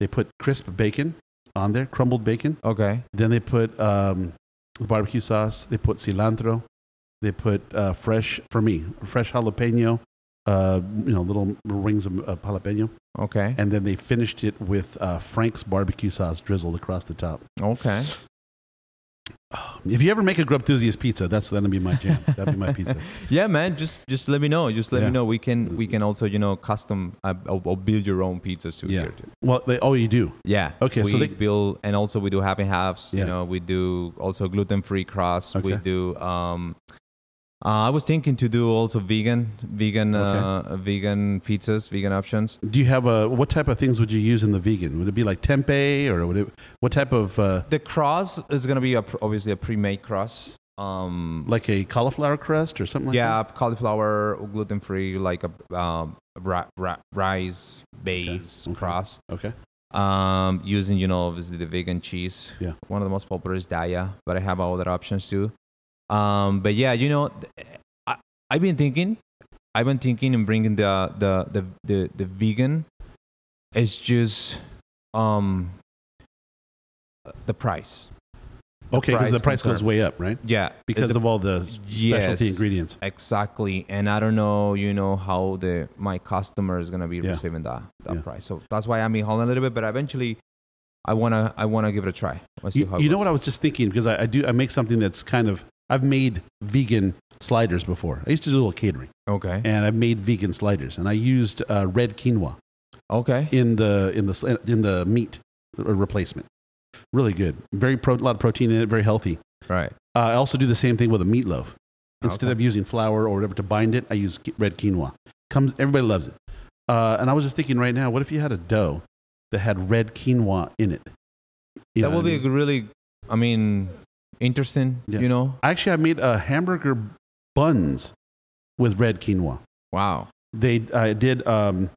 they put crisp bacon on there, crumbled bacon. okay. Then they put um, barbecue sauce. They put cilantro. They put uh, fresh for me, fresh jalapeno. Uh, you know, little rings of uh, jalapeno, Okay. and then they finished it with uh, Frank's barbecue sauce drizzled across the top. *sighs* Okay. If you ever make a Grubthusiast pizza, that's that'll be my jam. That'd be my *laughs* pizza. Yeah, man. Just just let me know. Just let Yeah. me know. We can we can also you know custom uh, or, or build your own pizzas too. Yeah. Here too. Well, they, oh, you do. Yeah. Okay, We so they- build and also we do half and halves. Yeah. You know, we do also gluten free crust. We Okay. do. Um, uh, I was thinking to do also vegan, vegan, uh, vegan pizzas, vegan options. Do you have a what type of things would you use in the vegan? Would it be like tempeh or would it, what type of uh, The cross is gonna be a, pr- obviously a pre-made cross. um like a cauliflower crust or something like yeah that? cauliflower gluten free like a um, ra- ra- rice base okay. crust Yeah. Okay. um using you know obviously the vegan cheese Yeah. one of the most popular is daya but i have other options too um but yeah you know th- I, i've been thinking i've been thinking and bringing the the the the, the vegan it's just um the price Okay, because price the price goes concern. way up, right? yeah it's Because the- of all the s- Yes. specialty ingredients. Exactly, and I don't know, you know, how the my customer is gonna be Yeah. receiving that that Yeah. price. So that's why I'm in Holland a little bit, but eventually, I wanna I wanna give it a try. Let's see You, how it you know goes. what I was just thinking because I, I do I make something that's kind of I've made vegan sliders before. I used to do a little catering, Okay, and I've made vegan sliders, and I used uh, red quinoa okay, in the in the sli- in the meat uh, replacement. Really good, very pro, a lot of protein in it, very healthy. right, Uh, I also do the same thing with a meatloaf. Instead Oh, Okay. of using flour or whatever to bind it, I use ki- red quinoa. Comes, everybody loves it. Uh, and I was just thinking right now, what if you had a dough that had red quinoa in it? You know that will what I be mean? a really, I mean, interesting. Yeah. You know, Actually, I made uh, hamburger buns with red quinoa. wow, They I did, um,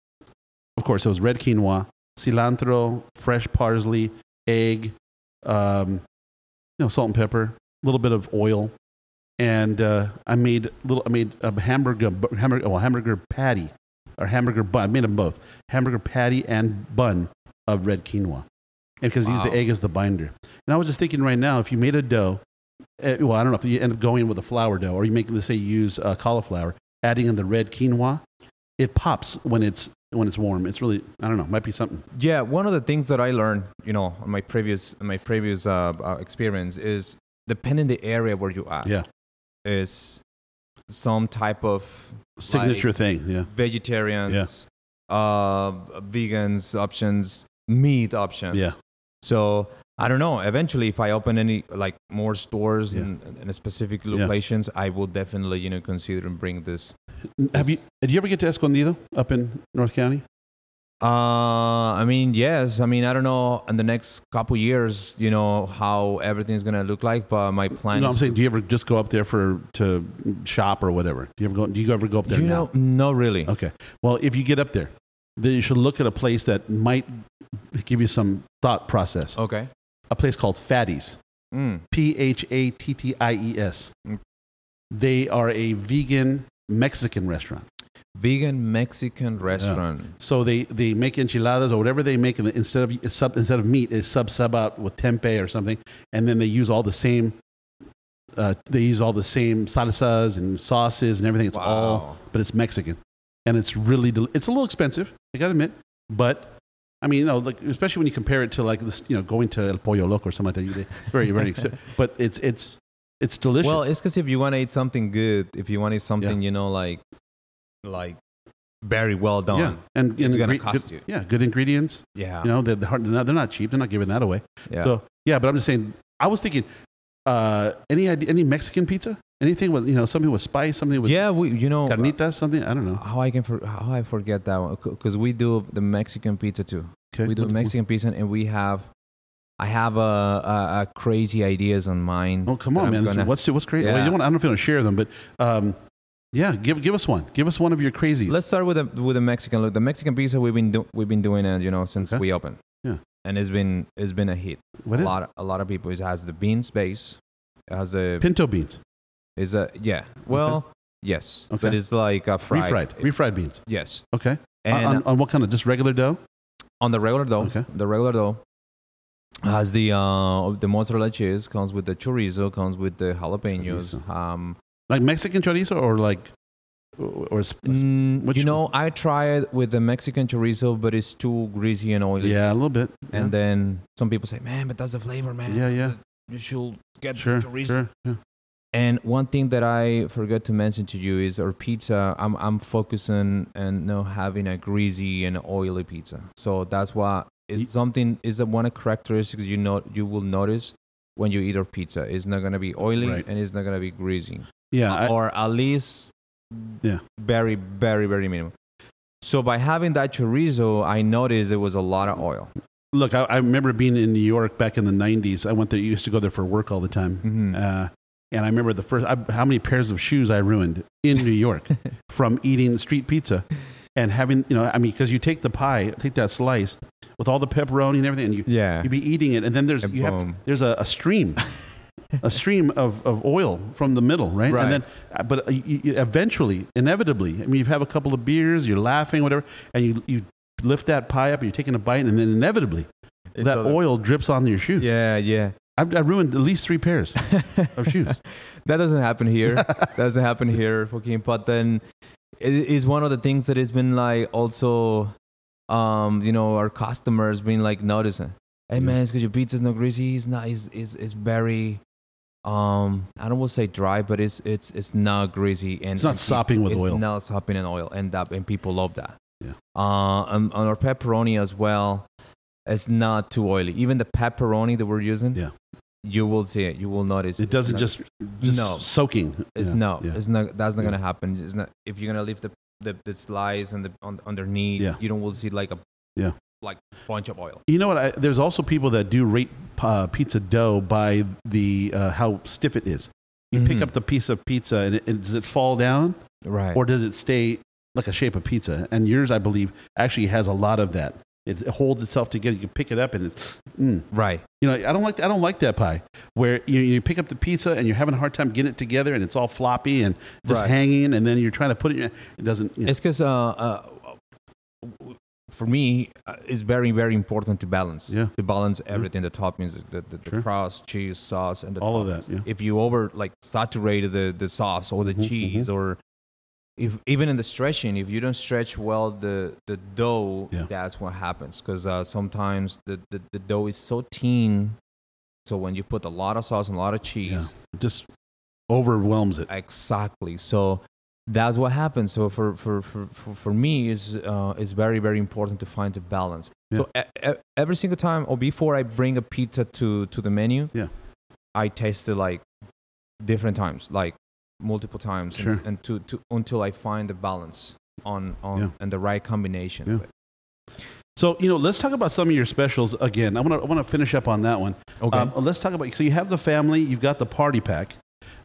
of course, it was red quinoa, cilantro, fresh parsley, egg, um, you know, salt and pepper, a little bit of oil, and uh, I made little. I made a hamburger, bu- hamburger, well, hamburger patty or hamburger bun. I made them both, hamburger patty and bun of red quinoa, and because you use the Wow. egg as the binder. And I was just thinking right now, if you made a dough, eh, well, I don't know if you end up going with a flour dough, or you make, let's say, you use uh, cauliflower, adding in the red quinoa, it pops when it's when it's warm. It's really, I don't know, might be something. yeah. One of the things that I learned, you know, on my previous on my previous uh, uh, experience is depending the area where you are, Yeah. is some type of Signature thing, yeah. vegetarians, uh, vegans options, meat options. Yeah. So I don't know. Eventually, if I open any like more stores Yeah. in, in specific Yeah. locations, I will definitely you know consider and bring this. Have you, did you ever get to Escondido up in North County? Uh, I mean, yes. I mean, I don't know in the next couple years, you know, how everything's gonna look like. But my plan, no, is I'm saying, do you ever just go up there for to shop or whatever? Do you ever go? Do you ever go up there? you now? know, no, really. Okay. Well, if you get up there, then you should look at a place that might give you some thought process. Okay. A place called Fatties. Mm. P H A T T I E S. Mm. They are a vegan Mexican restaurant. Vegan Mexican restaurant. So they, they make enchiladas or whatever they make, and instead of it's sub, instead of meat, is sub sub out with tempeh or something, and then they use all the same. Uh, they use all the same salsas and sauces and everything. It's all, Wow. but it's Mexican, and it's really del- it's a little expensive. I gotta admit, but I mean, you know, like especially when you compare it to like this, you know, going to El Pollo Loco or something like that. they- Very very, expensive. *laughs* but it's it's it's delicious. Well, it's because if you want to eat something good, if you want to eat something, you know, like, like very well done. yeah, and, and It's gonna ingre- cost good- you. Yeah, good ingredients. Yeah. You know, they're, they're hard- they're not, they're not cheap. They're not giving that away. yeah. So yeah, but I'm just saying. I was thinking, uh, any idea, any Mexican pizza, anything with you know something with spice, something with yeah, we, you know, carnitas, something. I don't know. how I can for, how I forget that one because we do the Mexican pizza too. Okay. We do What- Mexican pizza, and we have, I have a, a, a crazy ideas on mine. Oh come that on, I'm man! This is- gonna- what's what's crazy? Well, Yeah. you don't want, I don't know if you want to share them, but um, yeah, give give us one. Give us one of your crazies. Let's start with the with the Mexican look. The Mexican pizza we've been do, we've been doing it, you know, since Okay. we opened. Yeah. And it's been it's been a hit. what a is lot of, a lot of people. It has the bean space. It has the it? pinto beans? Is a yeah. Well, yes. But Okay. it's like a fried. Refried, refried beans. yes. Okay. Uh, And on, on, on what kind of just regular dough? on the regular dough, Okay. the regular dough has the uh, the mozzarella cheese comes with the chorizo, comes with the jalapenos. Chorizo. Um, Like Mexican chorizo or like or, or sp- mm, which you know, I tried with the Mexican chorizo, but it's too greasy and oily. yeah, a little bit. And then some people say, "Man, but that's the flavor, man." Yeah, That's yeah. the- you should get the sure, chorizo. sure. Yeah. And one thing that I forgot to mention to you is our pizza. I'm I'm focusing and now having a greasy and oily pizza. So that's why Ye- it's something is the one of characteristics you know you will notice when you eat our pizza. It's not gonna be oily Right. and it's not gonna be greasy, Yeah, I- or at least Yeah. very very very minimal. So by having that chorizo, I noticed there was a lot of oil. Look, I, I remember being in New York back in the '90s. I went there. Used to go there for work all the time, Mhm. uh, And I remember the first I, how many pairs of shoes I ruined in New York from eating street pizza and having you know I mean because you take the pie, take that slice with all the pepperoni and everything, and you Yeah. you'd be eating it, and then there's And you have boom. there's a, a *laughs* stream. A stream of, of oil from the middle, right? Right. And then, uh, but uh, you, you eventually, inevitably, I mean, you have a couple of beers, you're laughing, whatever, and you, you lift that pie up, and you're taking a bite, and then inevitably, It's that other- oil drips onto your shoe. Yeah, yeah. I, I ruined at least three *laughs* pairs of shoes. That doesn't happen *laughs* here. that doesn't happen here. Fucking, but then it is one of the things that has been like also, um, you know, our customers been like noticing. Hey man, it's because your pizza's not greasy. It's not. It's, it's, it's very, um, I don't want to say dry, but it's it's it's not greasy and It's not and peop- sopping with it's oil. not sopping in oil, and that and people love that. Yeah. Uh, and, and our pepperoni as well. It's not too oily. Even the pepperoni that we're using. Yeah. You will see it. You will notice. It it's doesn't not- just, just No. soaking. it's Yeah, no, yeah. it's not. That's not Yeah. gonna happen. It's not. If you're gonna leave the the, the slice and the on, underneath, Yeah. you don't will see like a Yeah. like bunch of oil. You know what? I, there's also people that do rate uh, pizza dough by the uh, how stiff it is. You pick Mhm. up the piece of pizza, and, it, and does it fall down, Right. or does it stay like a shape of pizza? And yours, I believe, actually has a lot of that. It, it holds itself together. You pick it up, and it's, mm. right. you know, I don't like I don't like that pie where you, you pick up the pizza and you're having a hard time getting it together, and it's all floppy and just Right. hanging, and then you're trying to put it. in- It doesn't. You know, It's because uh, uh, for me, uh, it's very very important to balance. Yeah. Mm-hmm. To balance everything, the toppings, the the, the Sure. crust, cheese, sauce, and the all of toppings. that. Yeah. if you over like saturated the, the sauce or the Mhm, cheese or if even in the stretching if you don't stretch well the the dough Yeah. that's what happens because uh, sometimes the, the the dough is so thin so when you put a lot of sauce and a lot of cheese Yeah. just overwhelms it. exactly so that's what happens so for for for for, for me is uh is very very important to find the balance so e- e- every single time or before i bring a pizza to to the menu Yeah. i taste it like different times like multiple times and- Sure. and, to, to until i find the balance on on Yeah. and the right combination Yeah. So you know, let's talk about some of your specials again. I want to I want to finish up on that one. okay Um, let's talk about. So you have the family. You've got the party pack.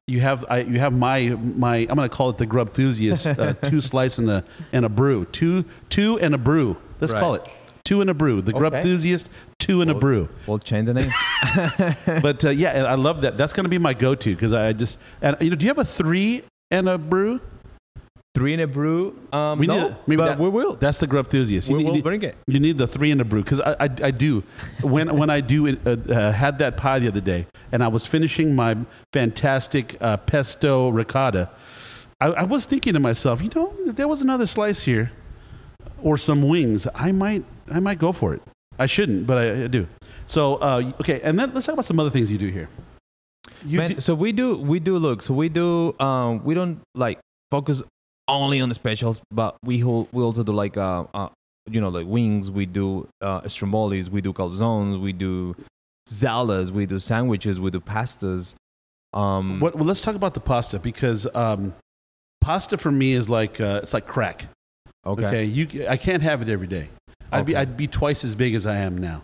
You have I, you have my my. I'm going to call it the grub enthusiast. *laughs* Uh, two slice and a and a brew. Two two and a brew. Let's Right. call it two and a brew. The grub Okay. enthusiast. Two and a *laughs* brew. we'll change *laughs* the name But uh, yeah, and I love that. That's going to be my go-to because I just and you know. Do you have a three and a brew? three in a brew um We no need- maybe but that- we will That's the grub enthusiast. we need- will need- bring it You need the three in the brew because I, I, I do. When, when I do uh, uh, had that pie the other day and I was finishing my fantastic uh, pesto ricotta, I, I was thinking to myself, you know, if there was another slice here or some wings, I might, I might go for it. I shouldn't, but I, I do. So, uh, okay, and then let's talk about some other things you do here. You Man, do- so we do we do look so we do um we don't like focus only on the specials but we hol- we also do like uh, uh you know like wings we do uh stromboli's we do calzones we do salads we do sandwiches we do pastas um What, well, let's talk about the pasta because um, pasta for me is like uh, it's like crack. okay, Okay, you, I can't have it every day. I'd be Okay. I'd be twice as big as I am *laughs* now,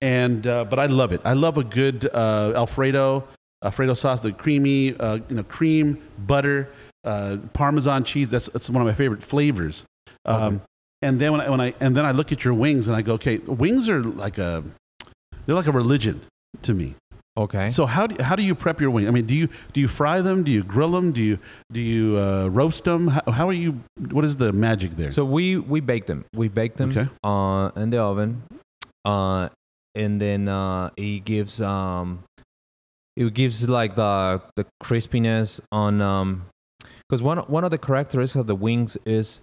and uh, but I love it. I love a good uh, Alfredo Alfredo sauce, the creamy uh, you know cream butter, uh, Parmesan cheese. That's that's one of my favorite flavors. Um, Okay. And then when I, when I and then I look at your wings and I go, okay, wings are like a they're like a religion to me. okay So how do, how do you prep your wings? I mean, do you do you fry them? Do you grill them? Do you do you uh, roast them? How, how are you? What is the magic there? So we we bake them. We bake them Okay. uh, in the oven, uh, and then uh, it gives um, it gives like the the crispiness on um, because one one of the characteristics of the wings is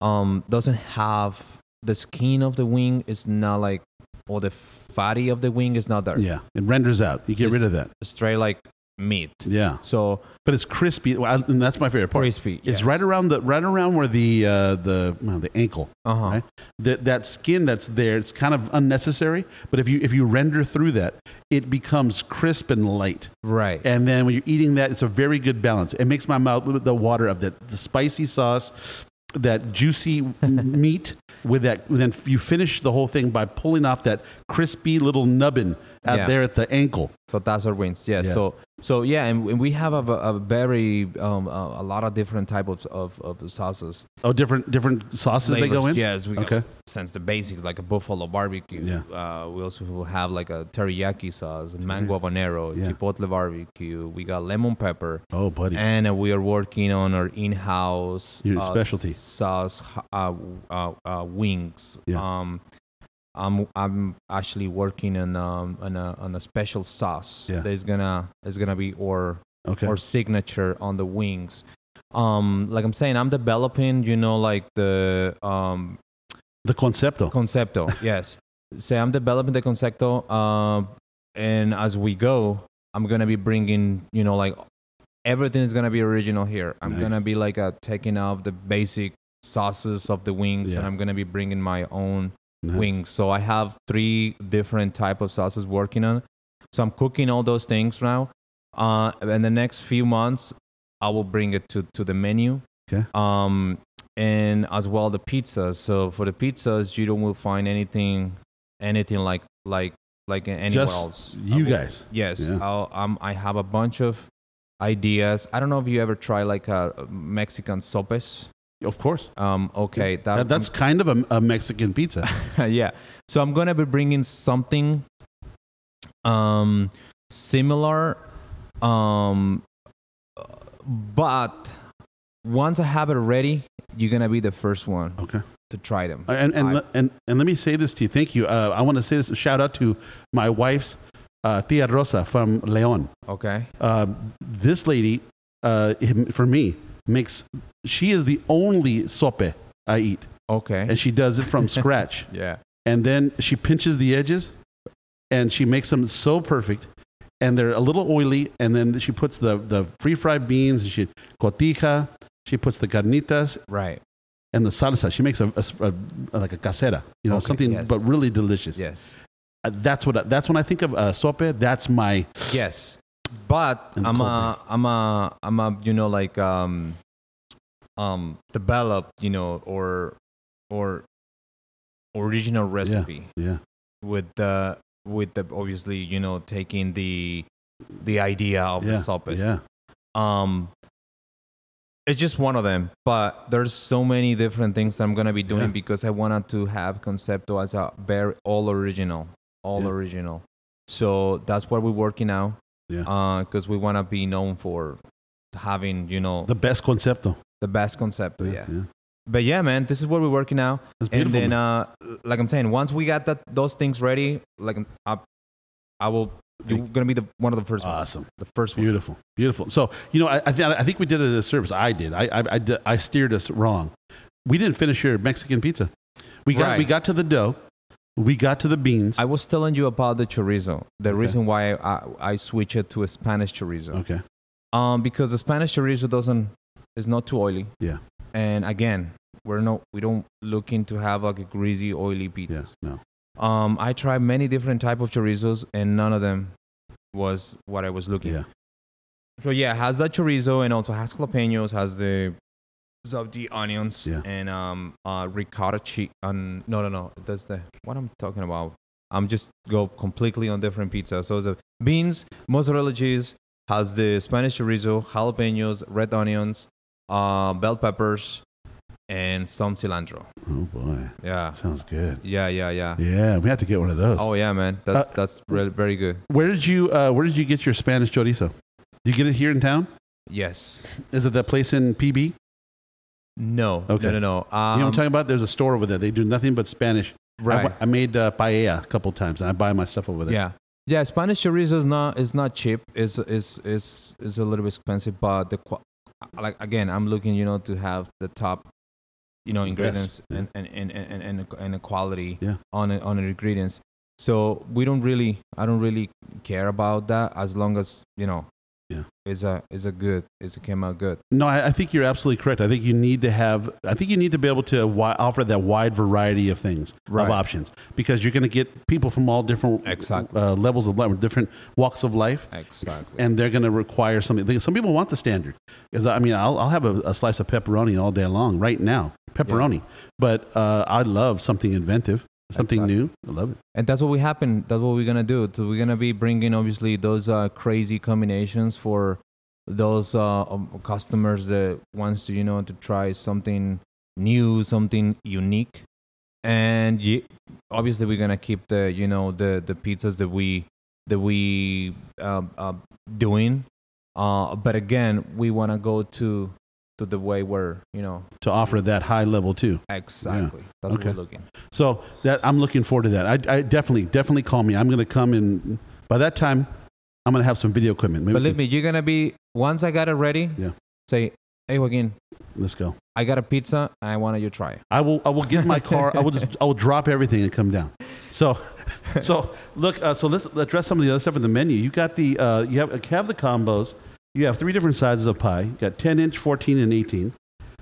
um doesn't have the skin of the wing is not like or the fatty of the wing is not there. Yeah, it renders out. You get It's- rid of that. Straight like meat. Yeah, So but it's crispy, Well, I- and that's my favorite part. crispy. It's right around the right around where the uh, the well, the ankle Uh huh. right? that that skin that's there. It's kind of unnecessary, but if you if you render through that, it becomes crisp and light. Right. And then when you're eating that, it's a very good balance. It makes my mouth with the water of that the spicy sauce, that juicy *laughs* meat with that. Then you finish the whole thing by pulling off that crispy little nubbin out Yeah. there at the ankle. So that's our wins. Yeah. Yeah. So So yeah, and, and we have a, a very um, a, a lot of different type of, of, of sauces. Oh, different different sauces they go Flavors, in. Yes, we Okay. okay. Since the basics like a buffalo barbecue. Yeah. Uh, we also will have like a teriyaki sauce, mango habanero, Yeah. chipotle barbecue. We got lemon pepper, Oh, buddy. and uh, we are working on our in-house uh, Your specialty. sauce uh, uh, uh, wings. Yeah. Um, I'm I'm actually working on um on a on a special sauce Yeah. that's gonna is gonna be or okay. or signature on the wings. Um, like I'm saying, I'm developing, you know, like the um, the concepto. concepto. yes, say I'm developing the concepto, uh, and as we go, I'm gonna be bringing, you know, like everything is gonna be original here. I'm Nice. gonna be like uh, taking off the basic sauces of the wings, Yeah. and I'm gonna be bringing my own Nice. wings. So I have three different type of sauces working on. So I'm cooking all those things now. Uh, in the next few months, I will bring it to, to the menu. Okay. Um, and as well the pizzas. So for the pizzas, you don't will find anything, anything like like like anywhere Just else. I you will- guys. Yes, Yeah. I'll, um, I have a bunch of ideas. I don't know if you ever try like a Mexican sopes. Of course. Um, okay, that, That- that's kind of a, a Mexican pizza. *laughs* yeah. So I'm gonna be bringing something um similar, um, but once I have it ready, you're gonna be the first one Okay. Oh, to try them. And and, I- le- and and let me say this to you. Thank you. Uh, I want to say this. Shout out to my wife's uh, Tia Rosa from Leon. okay. Uh, this lady, uh, him- for me, makes. She is the only sope I eat, Okay. and she does it *laughs* from scratch. Yeah. And then she pinches the edges, and she makes them so perfect. And they're a little oily. And then she puts the the free fried beans. She cotija. She puts the carnitas Right. and the salsa. She makes a, a- a- like a casera, you know, Okay, something yes. but really delicious. Yes. Uh, that's what I, that's when I think of uh, sope. That's my Yes. But And I'm a I'm a I'm a you know like um um develop you know or or original recipe. yeah with the with the obviously you know taking the the idea of yeah the sopes. yeah Um, it's just one of them, but there's so many different things that I'm gonna be doing Yeah. because I wanted to have concepto as a very all original, all Yeah. original. So that's what we're working now. Yeah. Because we wanna be known for having you know the the, best concepto. best concepto. Yeah. But yeah, man, this is what we're working now That's and beautiful. then man. uh like i'm saying once we got that those things ready like i, I will you're gonna be the one of the first ones awesome, the first one Uh, beautiful, beautiful. So you know, I I, th- I think we did it a service. I did. I I, I, di- I steered us wrong. We didn't finish your Mexican pizza. We got Right. we got to the dough. We got to the beans. i was telling you about the chorizo the reason why i i switched it to a spanish chorizo okay. Mm. um because the spanish chorizo doesn't is not too oily Yeah. and again we're not we don't looking to have like a greasy oily pizza Yes. No. um i tried many different type of chorizos and none of them was what i was looking Yeah. So yeah, has that chorizo and also has jalapenos, has the of the onions Yeah. and um uh ricotta cheese. Um, no, no, no. That's the what I'm talking about. I'm just go completely on different pizza. So the beans, mozzarella cheese, has the Spanish chorizo, jalapenos, red onions, uh, bell peppers, and some cilantro. Oh boy, Yeah, that sounds good. yeah, yeah, yeah. Yeah, we have to get one of those. Oh yeah, man. That's Uh, that's really very good. Where did you uh, Where did you get your Spanish chorizo? Do you get it here in town? Yes. Is it that place in PB? No. Okay. No. No. No. you know what I'm Um, talking about? There's a store over there. They do nothing but Spanish. I right. wa- I, made uh, paella a couple times, and I buy my stuff over there. Yeah. Yeah, Spanish chorizo is not is not cheap. It's is is is a little bit expensive, but the qua- like again, I'm looking, you know, to have the top, you know, ingredients yeah. and, and, and, and, and and the quality Yeah. on it- on the ingredients. So we don't really, I don't really care about that as long as you know, Yeah. is a is a good, is a came out good. No, I, I think you're absolutely correct. I think you need to have. I think you need to be able to wi- offer that wide variety of things Right. of options because you're going to get people from all different Exactly. uh, levels of life, different walks of life. Exactly. and they're going to require something. they- Some people want the standard because I mean, I'll, I'll have a, a slice of pepperoni all day long right now, pepperoni. But uh, I love something inventive. Something Exactly. new. I love it. and that's what we happen that's what we're gonna do so we're gonna be bringing obviously those uh, crazy combinations for those uh, um, customers that wants to you know to try something new something unique and ye- obviously we're gonna keep the you know the the pizzas that we that we uh, uh, doing uh, but again we want to go to to the way where you know To offer that high level too. exactly that's Okay. what we're looking So that I'm looking forward to that. I, I definitely, definitely call me. I'm going to come and by that time, I'm going to have some video equipment. Maybe Believe me, you're gonna be once I got it ready. Yeah. Say, hey Joaquin, let's go. I got a pizza and I wanted you to try it. I will. I will get in my car. I will just. I will drop everything and come down. So, *laughs* so look. Uh, so let's address some of the other stuff in the menu. You got the. Uh, you have have the combos. You have three different sizes of pie. You got ten inch, fourteen, and eighteen.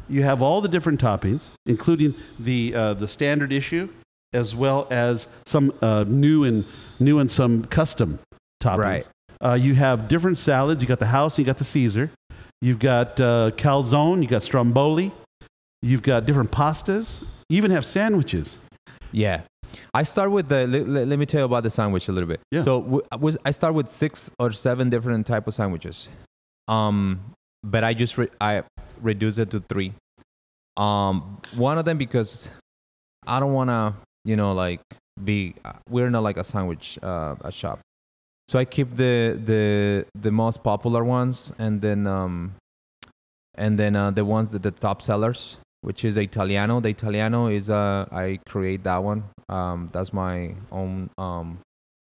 You have all the different toppings, including the uh, the standard issue, as well as some uh, new and new and some custom toppings. Right. Uh, you have different salads. You got the house. You got the Caesar. You've got uh, calzone. You got stromboli. You've got different pastas. You even have sandwiches. Yeah. I start with the. Let, let- let me tell you about the sandwich a little bit. Yeah. So w- I was I start with six or seven different type of sandwiches, um, but I just re- I reduce it to three. Um, one of them because I don't wanna you know like be uh, we're not like a sandwich uh, a shop, so I keep the the the most popular ones and then um, and then uh, the ones that the top sellers which is Italiano. The Italiano is uh, I create that one. Um, that's my own um,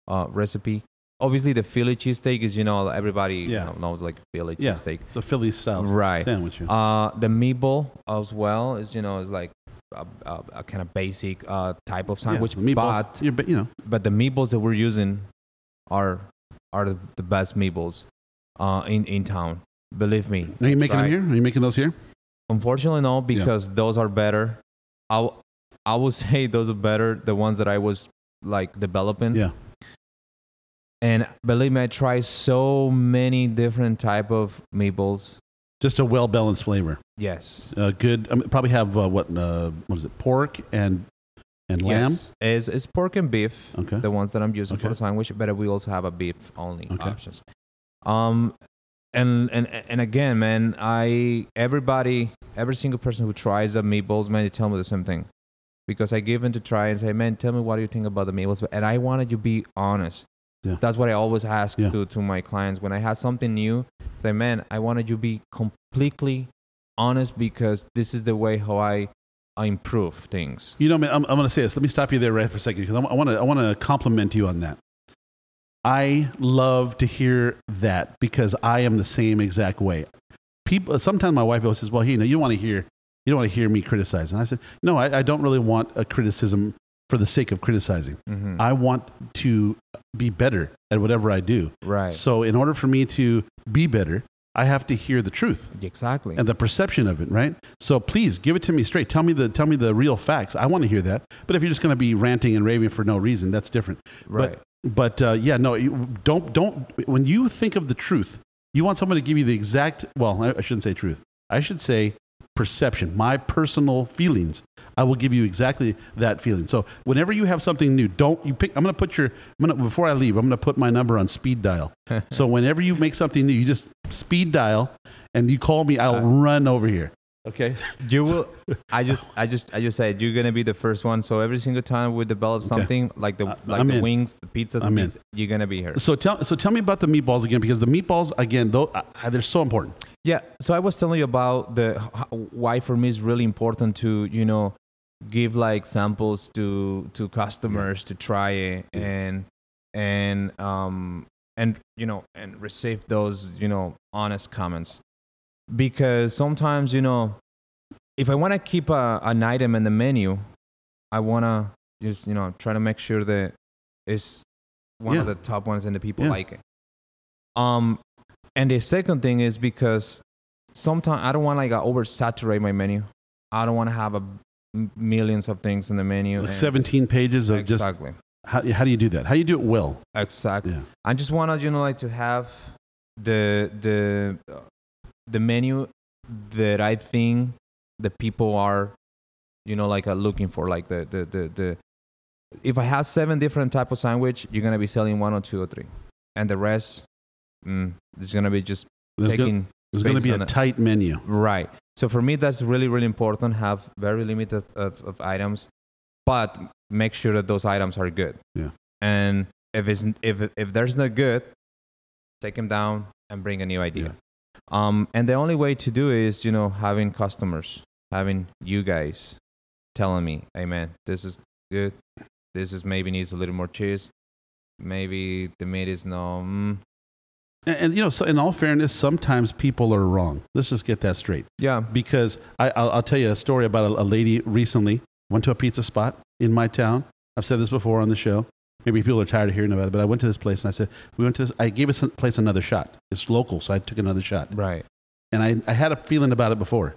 uh, recipe. Obviously, the Philly cheesesteak is you know everybody Yeah. kno- knows like Philly Yeah. cheesesteak. It's a Philly style Right. sandwich. yeah. Uh, the meatball as well is you know is like a, a, a kind of basic uh, type of sandwich, Yeah, meatballs. but You're ba- you know, but the meatballs that we're using are are the, the best meatballs uh, in in town. Believe me. are you making Right. them here? Are you making those here? Unfortunately, no, Yeah. because those are better. I w- I would *laughs* say those are better. The ones that I was like developing. Yeah. And believe me, I tried so many different type of meatballs. Just a well balanced flavor. Yes. Uh, good. I mean, probably have uh, what? Uh, what is it? Pork and and lamb. Yes. It's, it's pork and beef. Okay. the ones that I'm using Okay. for the sandwich, but we also have a beef only Okay. options. Um, and and and again, man, I everybody, every single person who tries the meatballs, man, they tell me the same thing, because I give them to try and say, man, tell me what do you think about the meatballs, and I wanted you to be honest. Yeah. That's what I always ask Yeah. to, to my clients when I had something new. Say, man, I wanted you to be completely honest because this is the way how I, I improve things. You know, man, I'm, I'm going to say this. Let me stop you there right for a second because I want to I want to compliment you on that. I love to hear that because I am the same exact way. People sometimes my wife always says, "Well, you know, you don't want to hear you don't want to hear me criticize," and I said, "No, I, I don't really want a criticism for the sake of criticizing. Mhm. I want to be better at whatever I do. Right. So, in order for me to be better, I have to hear the truth." Exactly. and the perception of it, right? So please give it to me straight. Tell me the tell me the real facts. I want to hear that. But if you're just going to be ranting and raving for no reason, that's different. right. But uh, yeah, no, you, don't don't. When you think of the truth, you want someone to give you the exact. Well, I, I shouldn't say truth. I should say perception. My personal feelings. I will give you exactly that feeling. So whenever you have something new, don't you pick. I'm going to put your. I'm going to before I leave. I'm going to put my number on speed dial. so whenever you make something new, you just speed dial, and you call me. I'll run over here. Okay. You will. I just, I just, I just said you're gonna be the first one. So every single time we develop something like the like I'm the in. wings, the pizzas, I'm in. pizza, you're gonna be here. *laughs* So tell so tell me about the meatballs again because the meatballs again though uh, they're so important. Yeah. So I was telling you about the h- why for me is really important to you know give like samples to to customers to try it and and um and you know and receive those you know honest comments because sometimes you know if I want to keep a, an item in the menu, I want to just you know try to make sure that it's one of Yeah. the top ones and the people Yeah. like it. Um, and the second thing is because sometimes I don't want like I oversaturate my menu. I don't want to have a m- millions of things in the menu. Like and- 17 pages of just exactly, How, how do you do that? How do you do it well? exactly. Yeah. I just wanted you know like to have the the uh, the menu that I think the people are you know like are looking for like the the the the if I have seven different type of sandwich, you're gonna be selling one or two or three, and the rest, mm, it's gonna be just There's gonna, taking there's gonna be based a on it. tight menu. right. So for me, that's really really important. Have very limited of, of items, but make sure that those items are good. Yeah. And if it's if if there's not good, take them down and bring a new idea. Um, and the only way to do is you know having customers, having you guys telling me, "Hey man, this is good. This is maybe needs a little more cheese. Maybe the meat is no." Mm. And, and, you know, so in all fairness, sometimes people are wrong. Let's just get that straight. Yeah. Because I, I'll, I'll tell you a story about a, a lady recently went to a pizza spot in my town. I've said this before on the show. Maybe people are tired of hearing about it, but I went to this place and I said, we went to this, I gave this place another shot. It's local, so I took another shot. Right. and I, I had a feeling about it before.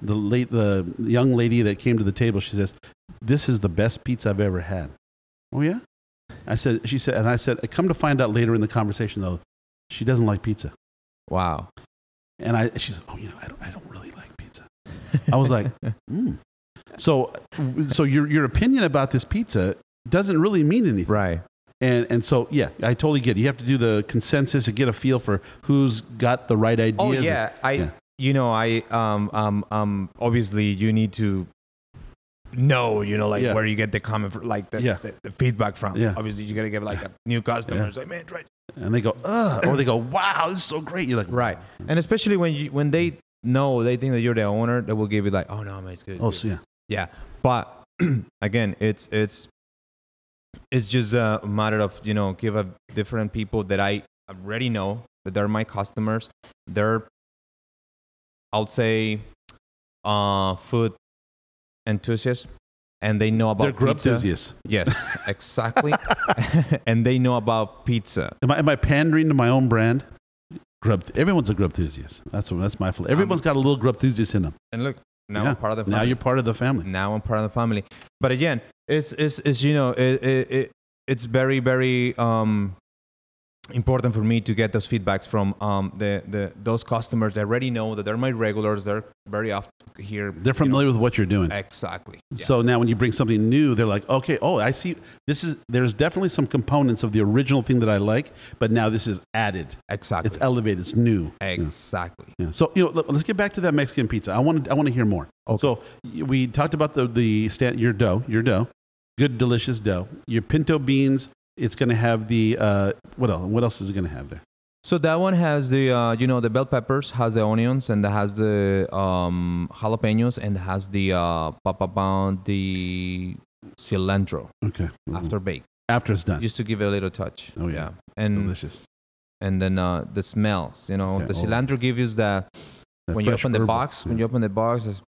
The late the young lady that came to the table, she says, "This is the best pizza I've ever had." Oh yeah, I said. She said, and I said, "Come to find out later in the conversation, though, she doesn't like pizza." Wow. And I, she's, "Oh, you know, I don't, I don't really like pizza." I was *laughs* like, mm. "So, so your your opinion about this pizza doesn't really mean anything." Right. And and so yeah, I totally get. It. You have to do the consensus and get a feel for who's got the right ideas. Oh yeah, I yeah. you know I um um um obviously you need to know you know like Yeah. where you get the comment from, like the, Yeah. the, the feedback from. Yeah. Obviously you gotta give like a new customer like man try and they go, ugh, or they go, wow, this is so great. You're like, right and especially when you when they know they think that you're the owner they will give you like oh no man it's good. it's oh, good." so yeah, Yeah, but *clears throat* again, it's it's it's just a matter of you know give a different people that I already know that they're my customers. They're I'll say uh food enthusiasts and they know about they're grub pizza. enthusiasts. *laughs* Yes, exactly. and they know about pizza. Am I, am I pandering to my own brand? Grub. Everyone's a grub enthusiast. That's what. That's my. Fl- Everyone's got a little grub enthusiast in them. And look, now Yeah. I'm part of the Now family. Mm-hmm. you're part of the family. now I'm part of the family. But again, it's it's, it's you know it, it, it it's very very um, important for me to get those feedbacks from um, the the those customers. I already know that they're my regulars. They're very often here. They're familiar with what you're doing. Exactly. Yeah. So now when you bring something new, they're like, okay, oh, I see. This is there's definitely some components of the original thing that I like, but now this is added. exactly. It's elevated. It's new. exactly. Yeah. So you know, let- let's get back to that Mexican pizza. I want to, I want to hear more. Okay. So y- we talked about the the stand, your dough, your dough, good delicious dough. Your pinto beans. It's going to have the uh, what else? What else is it going to have there? So that one has the uh, you know the bell peppers, has the onions, and has the um, jalapenos, and has the uh, papa pound, the cilantro Okay. After after bake, after it's done. just to give it a little touch. Oh, yeah. and. delicious. and then uh, the smells. You know, Yeah, the oh. cilantro gives you the That when you fresh open the herbal. box. When you open the box, it's,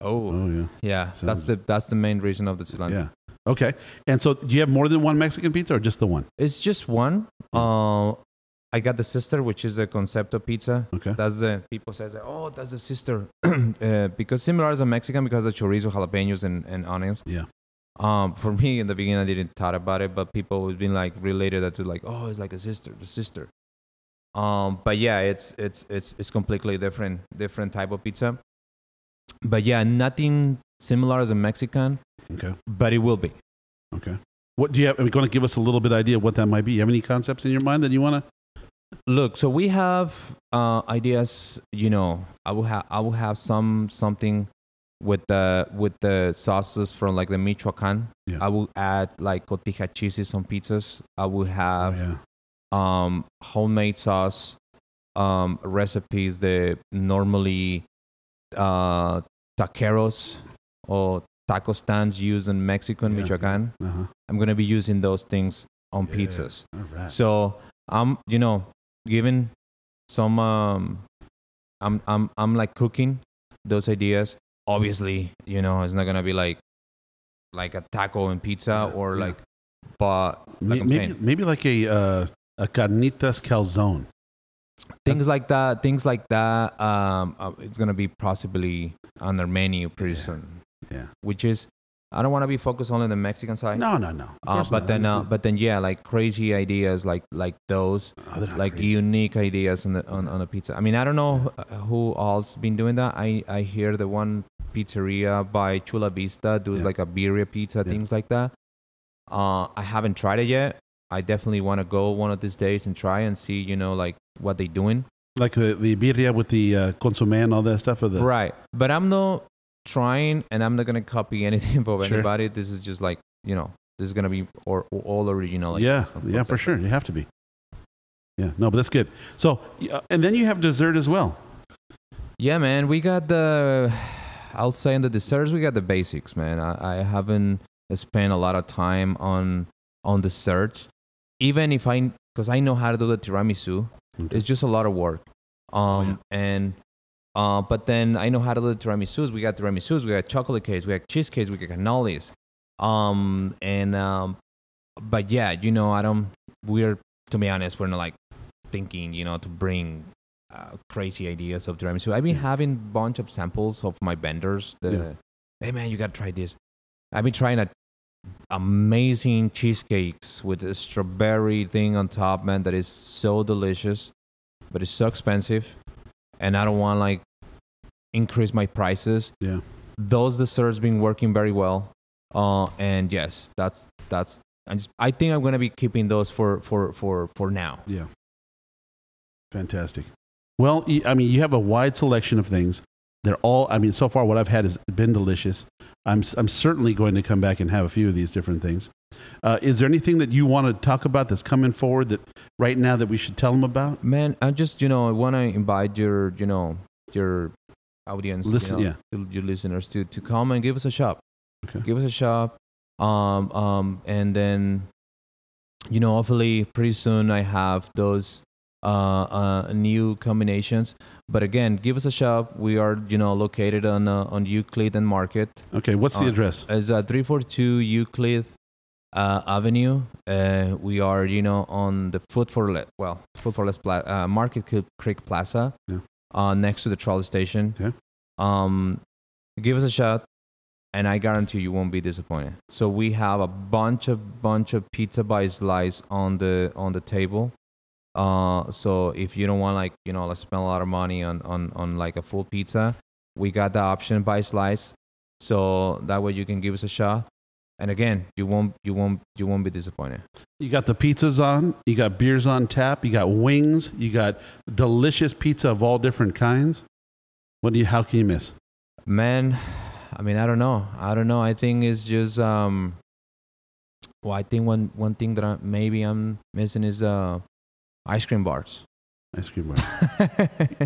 oh, Oh yeah. yeah, sounds- that's the that's the main reason of the cilantro. Yeah. Okay. And so, do you have more than one Mexican pizza or just the one? It's just one. Uh, I got the sister, which is the concepto pizza. Okay. That's the people says that, oh, that's the sister, *clears throat* uh, because similar as a Mexican because the chorizo, jalapenos, and, and onions. Yeah. Um, for me in the beginning, I didn't thought about it, but people would been like related that to like, oh, it's like a sister, the sister. Um, but yeah, it's it's it's it's completely different different type of pizza. But yeah, nothing similar as a Mexican, Okay. but it will be. Okay. What do you have? Are you going to give us a little bit idea what that might be? You have any concepts in your mind that you want to? Look, so we have uh, ideas. You know, I will have I will have some something with the with the sauces from like the Michoacan. Yeah. I will add like cotija cheeses on pizzas. I will Oh, have yeah. um, homemade sauce um, recipes that normally uh, taqueros or taco stands use in Mexico and Yeah. Michoacan. Uh-huh. I'm gonna be using those things on Yeah. pizzas. All right. So I'm, you know, giving some. Um, I'm, I'm, I'm like cooking those ideas. Obviously, you know, it's not gonna be like, like a taco and pizza Yeah, or yeah. like, but May- like I'm maybe, saying, maybe like a uh, a carnitas calzone. things like that, things like that. Um, uh, it's gonna be possibly on their menu pretty Yeah. soon. Yeah. Which is, I don't want to be focused only on the Mexican side. No, no, no. Of Uh, course but not. then, uh, Understand. but then, yeah, like crazy ideas, like like those. Oh, they're not like crazy. unique ideas on, the, on on a pizza. I mean, I don't know wh- who else been doing that. I I hear the one pizzeria by Chula Vista does Yeah. like a birria pizza, Yeah. things like that. Uh, I haven't tried it yet. I definitely want to go one of these days and try and see, you know, like what they doing. Like the, the birria with the uh, consomme and all that stuff. Or the, Right. But I'm not trying and I'm not going to copy *laughs* anything from Sure. anybody. This is just like, you know, this is going to be or, or all original. like yeah, this from yeah, for concept. sure. You have to be. Yeah, no, but that's good. So, uh, and then you have dessert as well. Yeah, man. We got the, I'll say in the desserts, we got the basics, man. I, I haven't spent a lot of time on on desserts, even if I, because I know how to do the tiramisu. Okay. It's just a lot of work. Um, and, uh, but then I know how to do the tiramisus. We got tiramisus, we got chocolate cakes, we got cheesecakes, we got cannolis. Um, and, um, but yeah, you know, I don't, we're, to be honest, we're not like thinking, you know, to bring uh, crazy ideas of tiramisu. I've been Yeah. having bunch of samples of my vendors. That, uh, Yeah. Hey man, you gotta try this. I've been trying a amazing cheesecakes with a strawberry thing on top, man. That is so delicious, but it's so expensive, and I don't want like increase my prices. Yeah. those desserts been working very well. Uh, and yes, that's that's. I just I think I'm gonna be keeping those for for for for now. Yeah. Fantastic. Well, y- I mean, you have a wide selection of things. They're all, I mean, so far what I've had has been delicious. I'm, s- I'm certainly going to come back and have a few of these different things. Uh, is there anything that you want to talk about that's coming forward that right now that we should tell them about? man i just you know i want to invite your you know your audience you Listen, know, yeah. your- your listeners to to come and give us a shop Okay. give us a shop um um and then you know hopefully pretty soon i have those uh, uh new combinations but again give us a shop we are you know located on uh, on euclid and market Okay, what's the Uh, address? is uh, 342 Euclid uh, Avenue. Uh, we are, you know, on the Food for Le- well, Food for Less pla- uh, Market Cre- Creek Plaza, Yeah. uh, next to the trolley station. Yeah. Um, give us a shot, and I guarantee you won't be disappointed. So we have a bunch of bunch of pizza by slice on the on the table. Uh, so if you don't want like you know, like spend a lot of money on on on like a full pizza, we got the option by slice so that way you can give us a shot and again you won't you won't you won't be disappointed You got the pizzas on, you got beers on tap, you got wings, you got delicious pizza of all different kinds. What do you, how can you miss? man i mean i don't know i don't know i think it's just um well i think one one thing that I, maybe i'm missing is uh ice cream bars *laughs* Ice cream bar.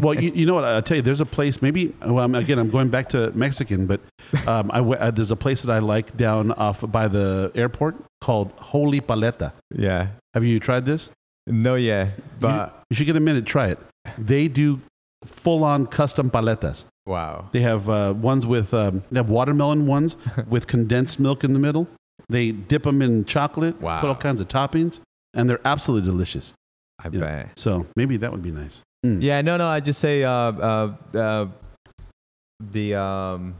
well, you, you know what? I'll tell you, there's a place, maybe, well, I'm, again, I'm going back to Mexican, but um, I, w- uh, there's a place that I like down off by the airport called Holy Paleta. yeah Have you tried this? no yeah but- You should get a minute, try it. They do full on custom paletas. wow They have uh, ones with, um, they have watermelon *laughs* ones with condensed milk in the middle. They dip them in chocolate, Wow. put all kinds of toppings, and they're absolutely delicious. i Yeah. So maybe that would be nice. Mm. yeah no no i just say uh uh, uh the um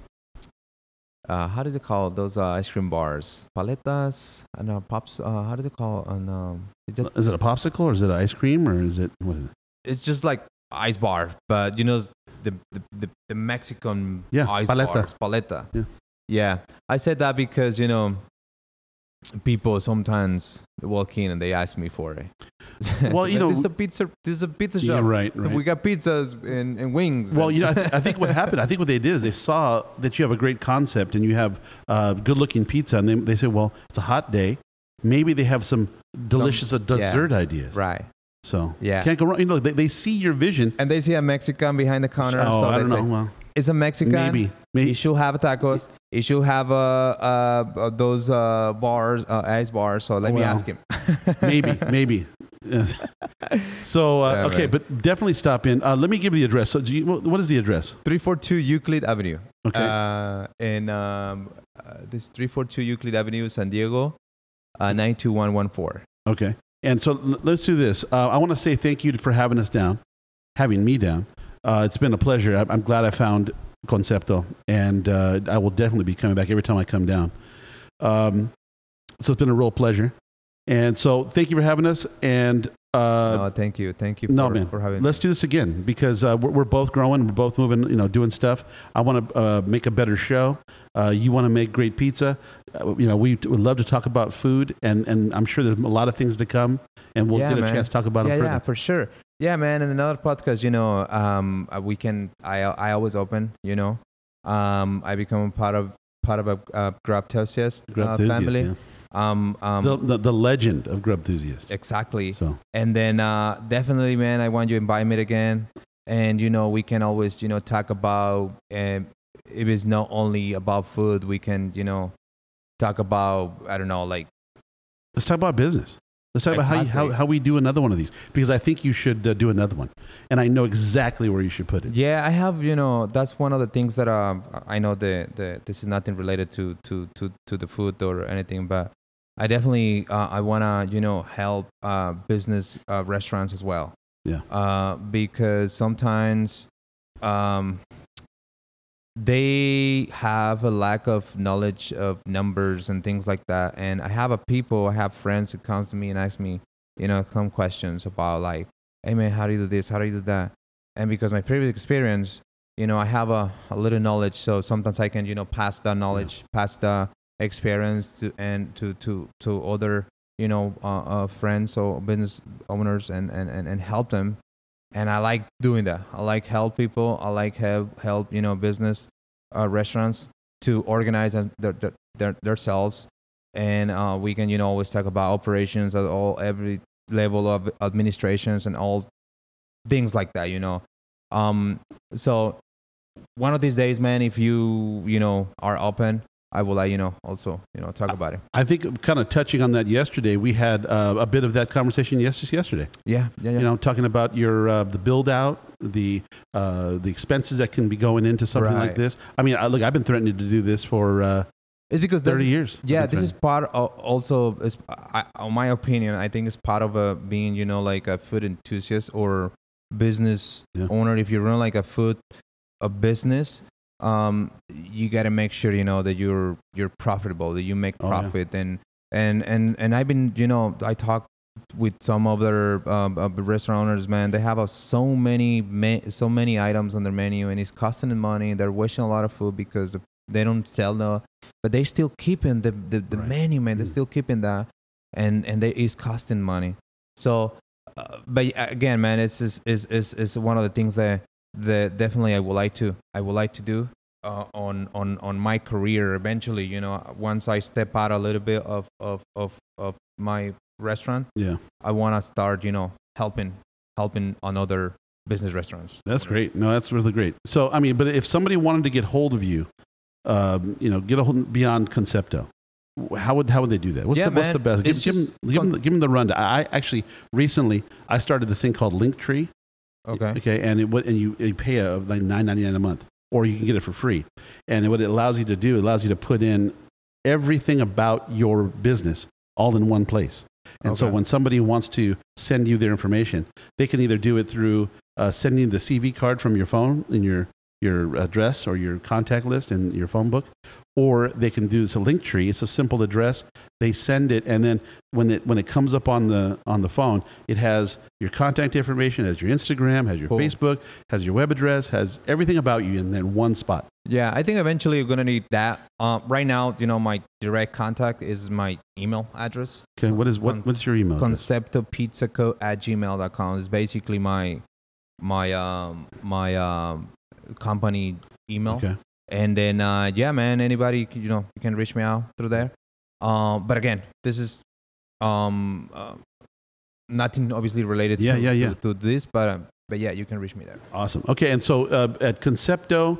uh, how does it call those uh, ice cream bars? Paletas and uh, pops. Uh, how does it call? And um, it's just Is it a popsicle or is it ice cream or is it, what is it? it's just like ice bar, but you know the the, the, the Mexican Yeah, ice paleta. bars, paleta. Yeah. yeah. I said that because you know people sometimes walk in and they ask me for it. *laughs* Well, you know- this is a pizza. This is a pizza Yeah, shop. right, right. We got pizzas and, and wings. Well, and- you *laughs* know, I, th- I think what happened, I think what they did is they saw that you have a great concept and you have uh, good looking pizza, and they, they said, well, it's a hot day. Maybe they have some delicious uh dessert ideas. right. So, Yeah. can't go wrong. You know, they, they see your vision. And they see a Mexican behind the counter. oh, so I don't they say, know. well, It's a Mexican. maybe. You maybe. should have tacos. You should have uh, uh, uh, those uh, bars, uh, ice bars. So let me Well, ask him. maybe, *laughs* maybe. so, uh, Yeah, okay, man. but definitely stop in. Uh, let me give you the address. So, do you, wh- what is the address? 342 Euclid Avenue. Okay. Uh, and um, uh, this 342 Euclid Avenue, San Diego, uh, 92114. Okay. And so l- let's do this. Uh, I want to say thank you for having us down, having me down. Uh, it's been a pleasure. I- I'm glad I found Concepto, and uh, I will definitely be coming back every time I come down. Um, so it's been a real pleasure. And so thank you for having us. And Uh, no, thank you, thank you. For, no, man. for having. Let's do this again because uh, we're, we're both growing. We're both moving. You know, doing stuff. I want to uh, make a better show. Uh, you want to make great pizza. Uh, you know, we t- would love to talk about food, and and I'm sure there's a lot of things to come, and we'll Yeah, get a man. chance to talk about yeah, it yeah, further. for sure. Yeah, man. In another podcast, you know, um, uh, we can. I I always open. You know, um, I become a part of part of a uh, Grabtosiast uh, Grubthusiast, family. yeah. Um, um, The, the the legend of Grubthusiast. exactly. So And then uh, definitely, man, I want you to invite me again. And you know, we can always you know talk about. Um, if it's not only about food, we can you know talk about I don't know like let's talk about business. Let's talk about how, you, Exactly. how how we do another one of these because I think you should uh, do another one, and I know exactly where you should put it. Yeah, I have. You know, that's one of the things that um, I know the, the this is nothing related to to to to the food or anything, but I definitely uh, I wanna you know help uh, business uh, restaurants as well. Yeah. Uh, because sometimes, um, they have a lack of knowledge of numbers and things like that. And I have a people, I have friends who comes to me and ask me, you know, some questions about like, hey man, how do you do this? How do you do that? And because my previous experience, you know, I have a, a little knowledge, so sometimes I can, you know, pass that knowledge, pass the experience to and to to to other, you know, uh, uh, friends or business owners and and and, and help them and I like doing that. I like help people. I like help help you know business uh, restaurants to organize and their their, their themselves, and uh, we can you know always talk about operations at all every level of administrations and all things like that. You know, um, so one of these days, man, if you you know are open, I will let you know also you know Ah. talk about it. I think kind of touching on that yesterday, we had uh, a bit of that conversation yes, just yesterday. Yeah, yeah, yeah. You know, talking about your uh, the build out, the uh, the expenses that can be going into something like Right. this. I mean, I, look, I've been threatening to do this for uh, it's because there's thirty years. I've yeah been this is part of also is I, on my opinion i think it's part of a being you know like a food enthusiast or business Yeah. owner if you run like a food a business um you got to make sure you know that you're you're profitable that you make Oh, yeah. profit and and and and i've been you know i talk with some other um, uh, restaurant owners, man, they have uh, so many ma- so many items on their menu, and it's costing them money. They're wasting a lot of food because they don't sell the, but they still keeping the the, the Right. menu, man. They're Mm. still keeping that, and and they, it's costing money. So, uh, but again, man, it's is is is is one of the things that that definitely I would like to I would like to do uh, on on on my career eventually. You know, once I step out a little bit of of of of my restaurant yeah, I want to start, you know, helping helping on other business restaurants. that's great. No, that's really great. So, I mean, but if somebody wanted to get hold of you, um, you know, get a hold beyond Concepto. How would how would they do that? What's, Yeah, the, what's man. the best? Give, It's give, just- them, give, them, the- give them the rundown. I I actually recently I started this thing called Linktree. Okay. Okay, and it would, and you, you pay a like nine ninety nine a month, or you can get it for free. And what it allows you to do, it allows you to put in everything about your business all in one place. And so Okay. when somebody wants to send you their information, they can either do it through uh, sending the CV card from your phone in your your address or your contact list and your phone book, or they can do this a link tree. It's a simple address. They send it, and then when it when it comes up on the on the phone, it has your contact information, has your Instagram, has your Cool. Facebook, has your web address, has everything about you in that one spot. Yeah, I think eventually you're gonna need that. Um, right now, you know, my direct contact is my email address, Okay, what is Con- what, what's your email? address? conceptopizzaco at gmail.com. It's basically my my um my um company email. Okay, And then uh, yeah, man, anybody you know you can reach me out through there. Um, but again, this is um uh, nothing obviously related Yeah, to, yeah, yeah. to to this, but um, but yeah, you can reach me there. awesome. Okay, and so uh, at Concepto,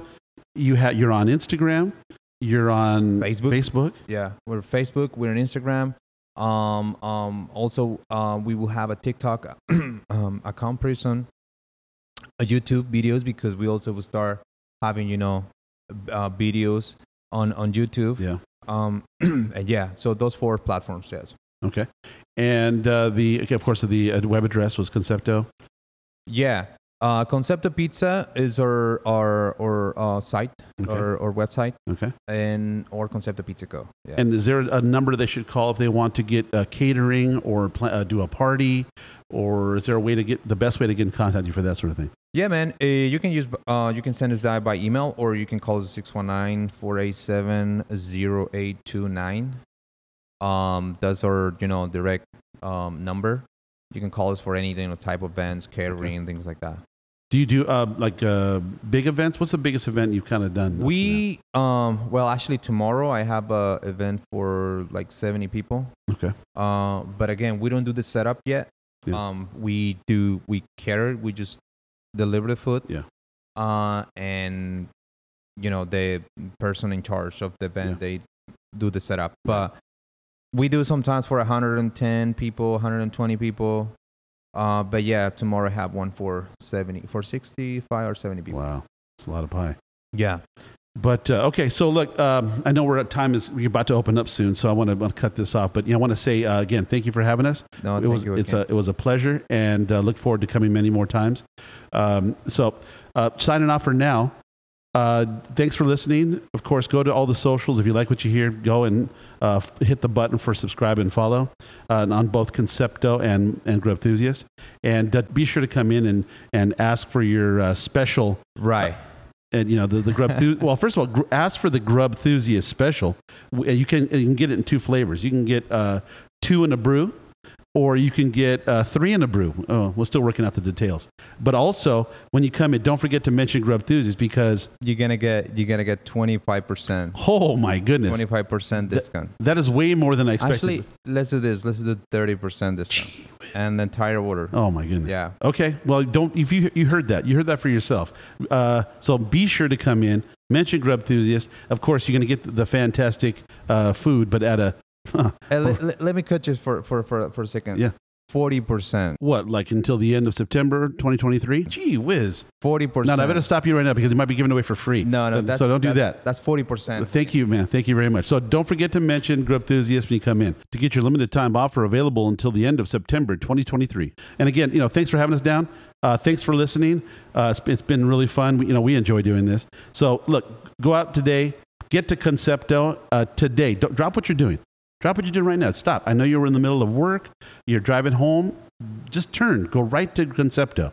you ha- you're on Instagram, you're on Facebook. Facebook. Yeah, we're Facebook, we're on Instagram. Um, um, also, uh, we will have a TikTok *clears throat* um, account pretty soon, a YouTube videos because we also will start having you know uh, videos on on YouTube. Yeah. Um, *clears throat* and yeah, so those four platforms, yes. Okay, and uh, the okay, of course the uh, web address was Concepto. Yeah. Uh, Concepto Pizza is our our, our uh, site, Okay. our, our website, okay. and or Concepto Pizza Co. Yeah. And is there a number they should call if they want to get uh, catering or pla uh, do a party, or is there a way to get the best way to get in contact with you for that sort of thing? Yeah, man. Uh, you can use uh, you can send us that by email or you can call us 619-487-0829. Um, that's our you know direct um, number. You can call us for any you know, type of events, catering, things like that. Do you do uh, like uh, big events? What's the biggest event you've kind of done? We um well actually tomorrow I have a event for like 70 people. Okay. Uh, but again, we don't do the setup yet. Yeah. Um, we do we cater. We just deliver the food. Yeah. Uh, and you know the person in charge of the event Yeah. they do the setup, but we do sometimes for 110 people, 120 people. Uh, but yeah, tomorrow I have one for 70, for 65 or 70 people. wow, it's a lot of pie. Yeah. But uh, okay, so look, um, I know we're at time is we're about to open up soon, so I want to cut this off. But you know, I want to say uh, again, thank you for having us. No, it thank was you. it's again. a it was a pleasure, and uh, look forward to coming many more times. Um, so, uh, signing off for now. Uh, thanks for listening. Of course, go to all the socials if you like what you hear. Go and uh, f- hit the button for subscribe and follow uh, and on both Concepto and and Grubthusiast. And uh, be sure to come in and and ask for your uh, special right. and you know the, the grub well first of all gr- ask for the grub enthusiast special W- you can you can get it in two flavors you can get uh, two in a brew or you can get uh, three in a brew oh, we're still working out the details but also when you come in don't forget to mention grub enthusiast because you're gonna get you're gonna get 25 percent oh my goodness 25 percent discount that is way more than i expected actually let's do this let's do 30 percent discount and the entire order Oh my goodness. Yeah. Okay. Well, don't if you you heard that you heard that for yourself. Uh, so be sure to come in. Mention Grub Enthusiast. Of course, you're going to get the fantastic uh, food, but at a Uh, le- le- let me cut you for for for, for a second Yeah. 40 percent What, like until the end of September 2023? Gee whiz. 40 percent No, no, I better stop you right now because you might be giving away for free. no no But- that's, so don't do that's- that. that's 40 percent Thank you, man. Thank you very much. So don't forget to mention Grubthusiast when you come in to get your limited time offer available until the end of September 2023. And again, you know, thanks for having us down. Uh, thanks for listening. Uh, it's, it's been really fun. We, you know, we enjoy doing this. So look, go out today. Get to Concepto uh, today. Don't, drop what you're doing. Drop what you're doing right now. Stop. I know you were in the middle of work. You're driving home. Just turn. Go right to Concepto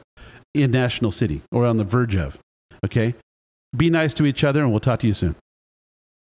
in National City or on the verge of. Okay. Be nice to each other, and we'll talk to you soon.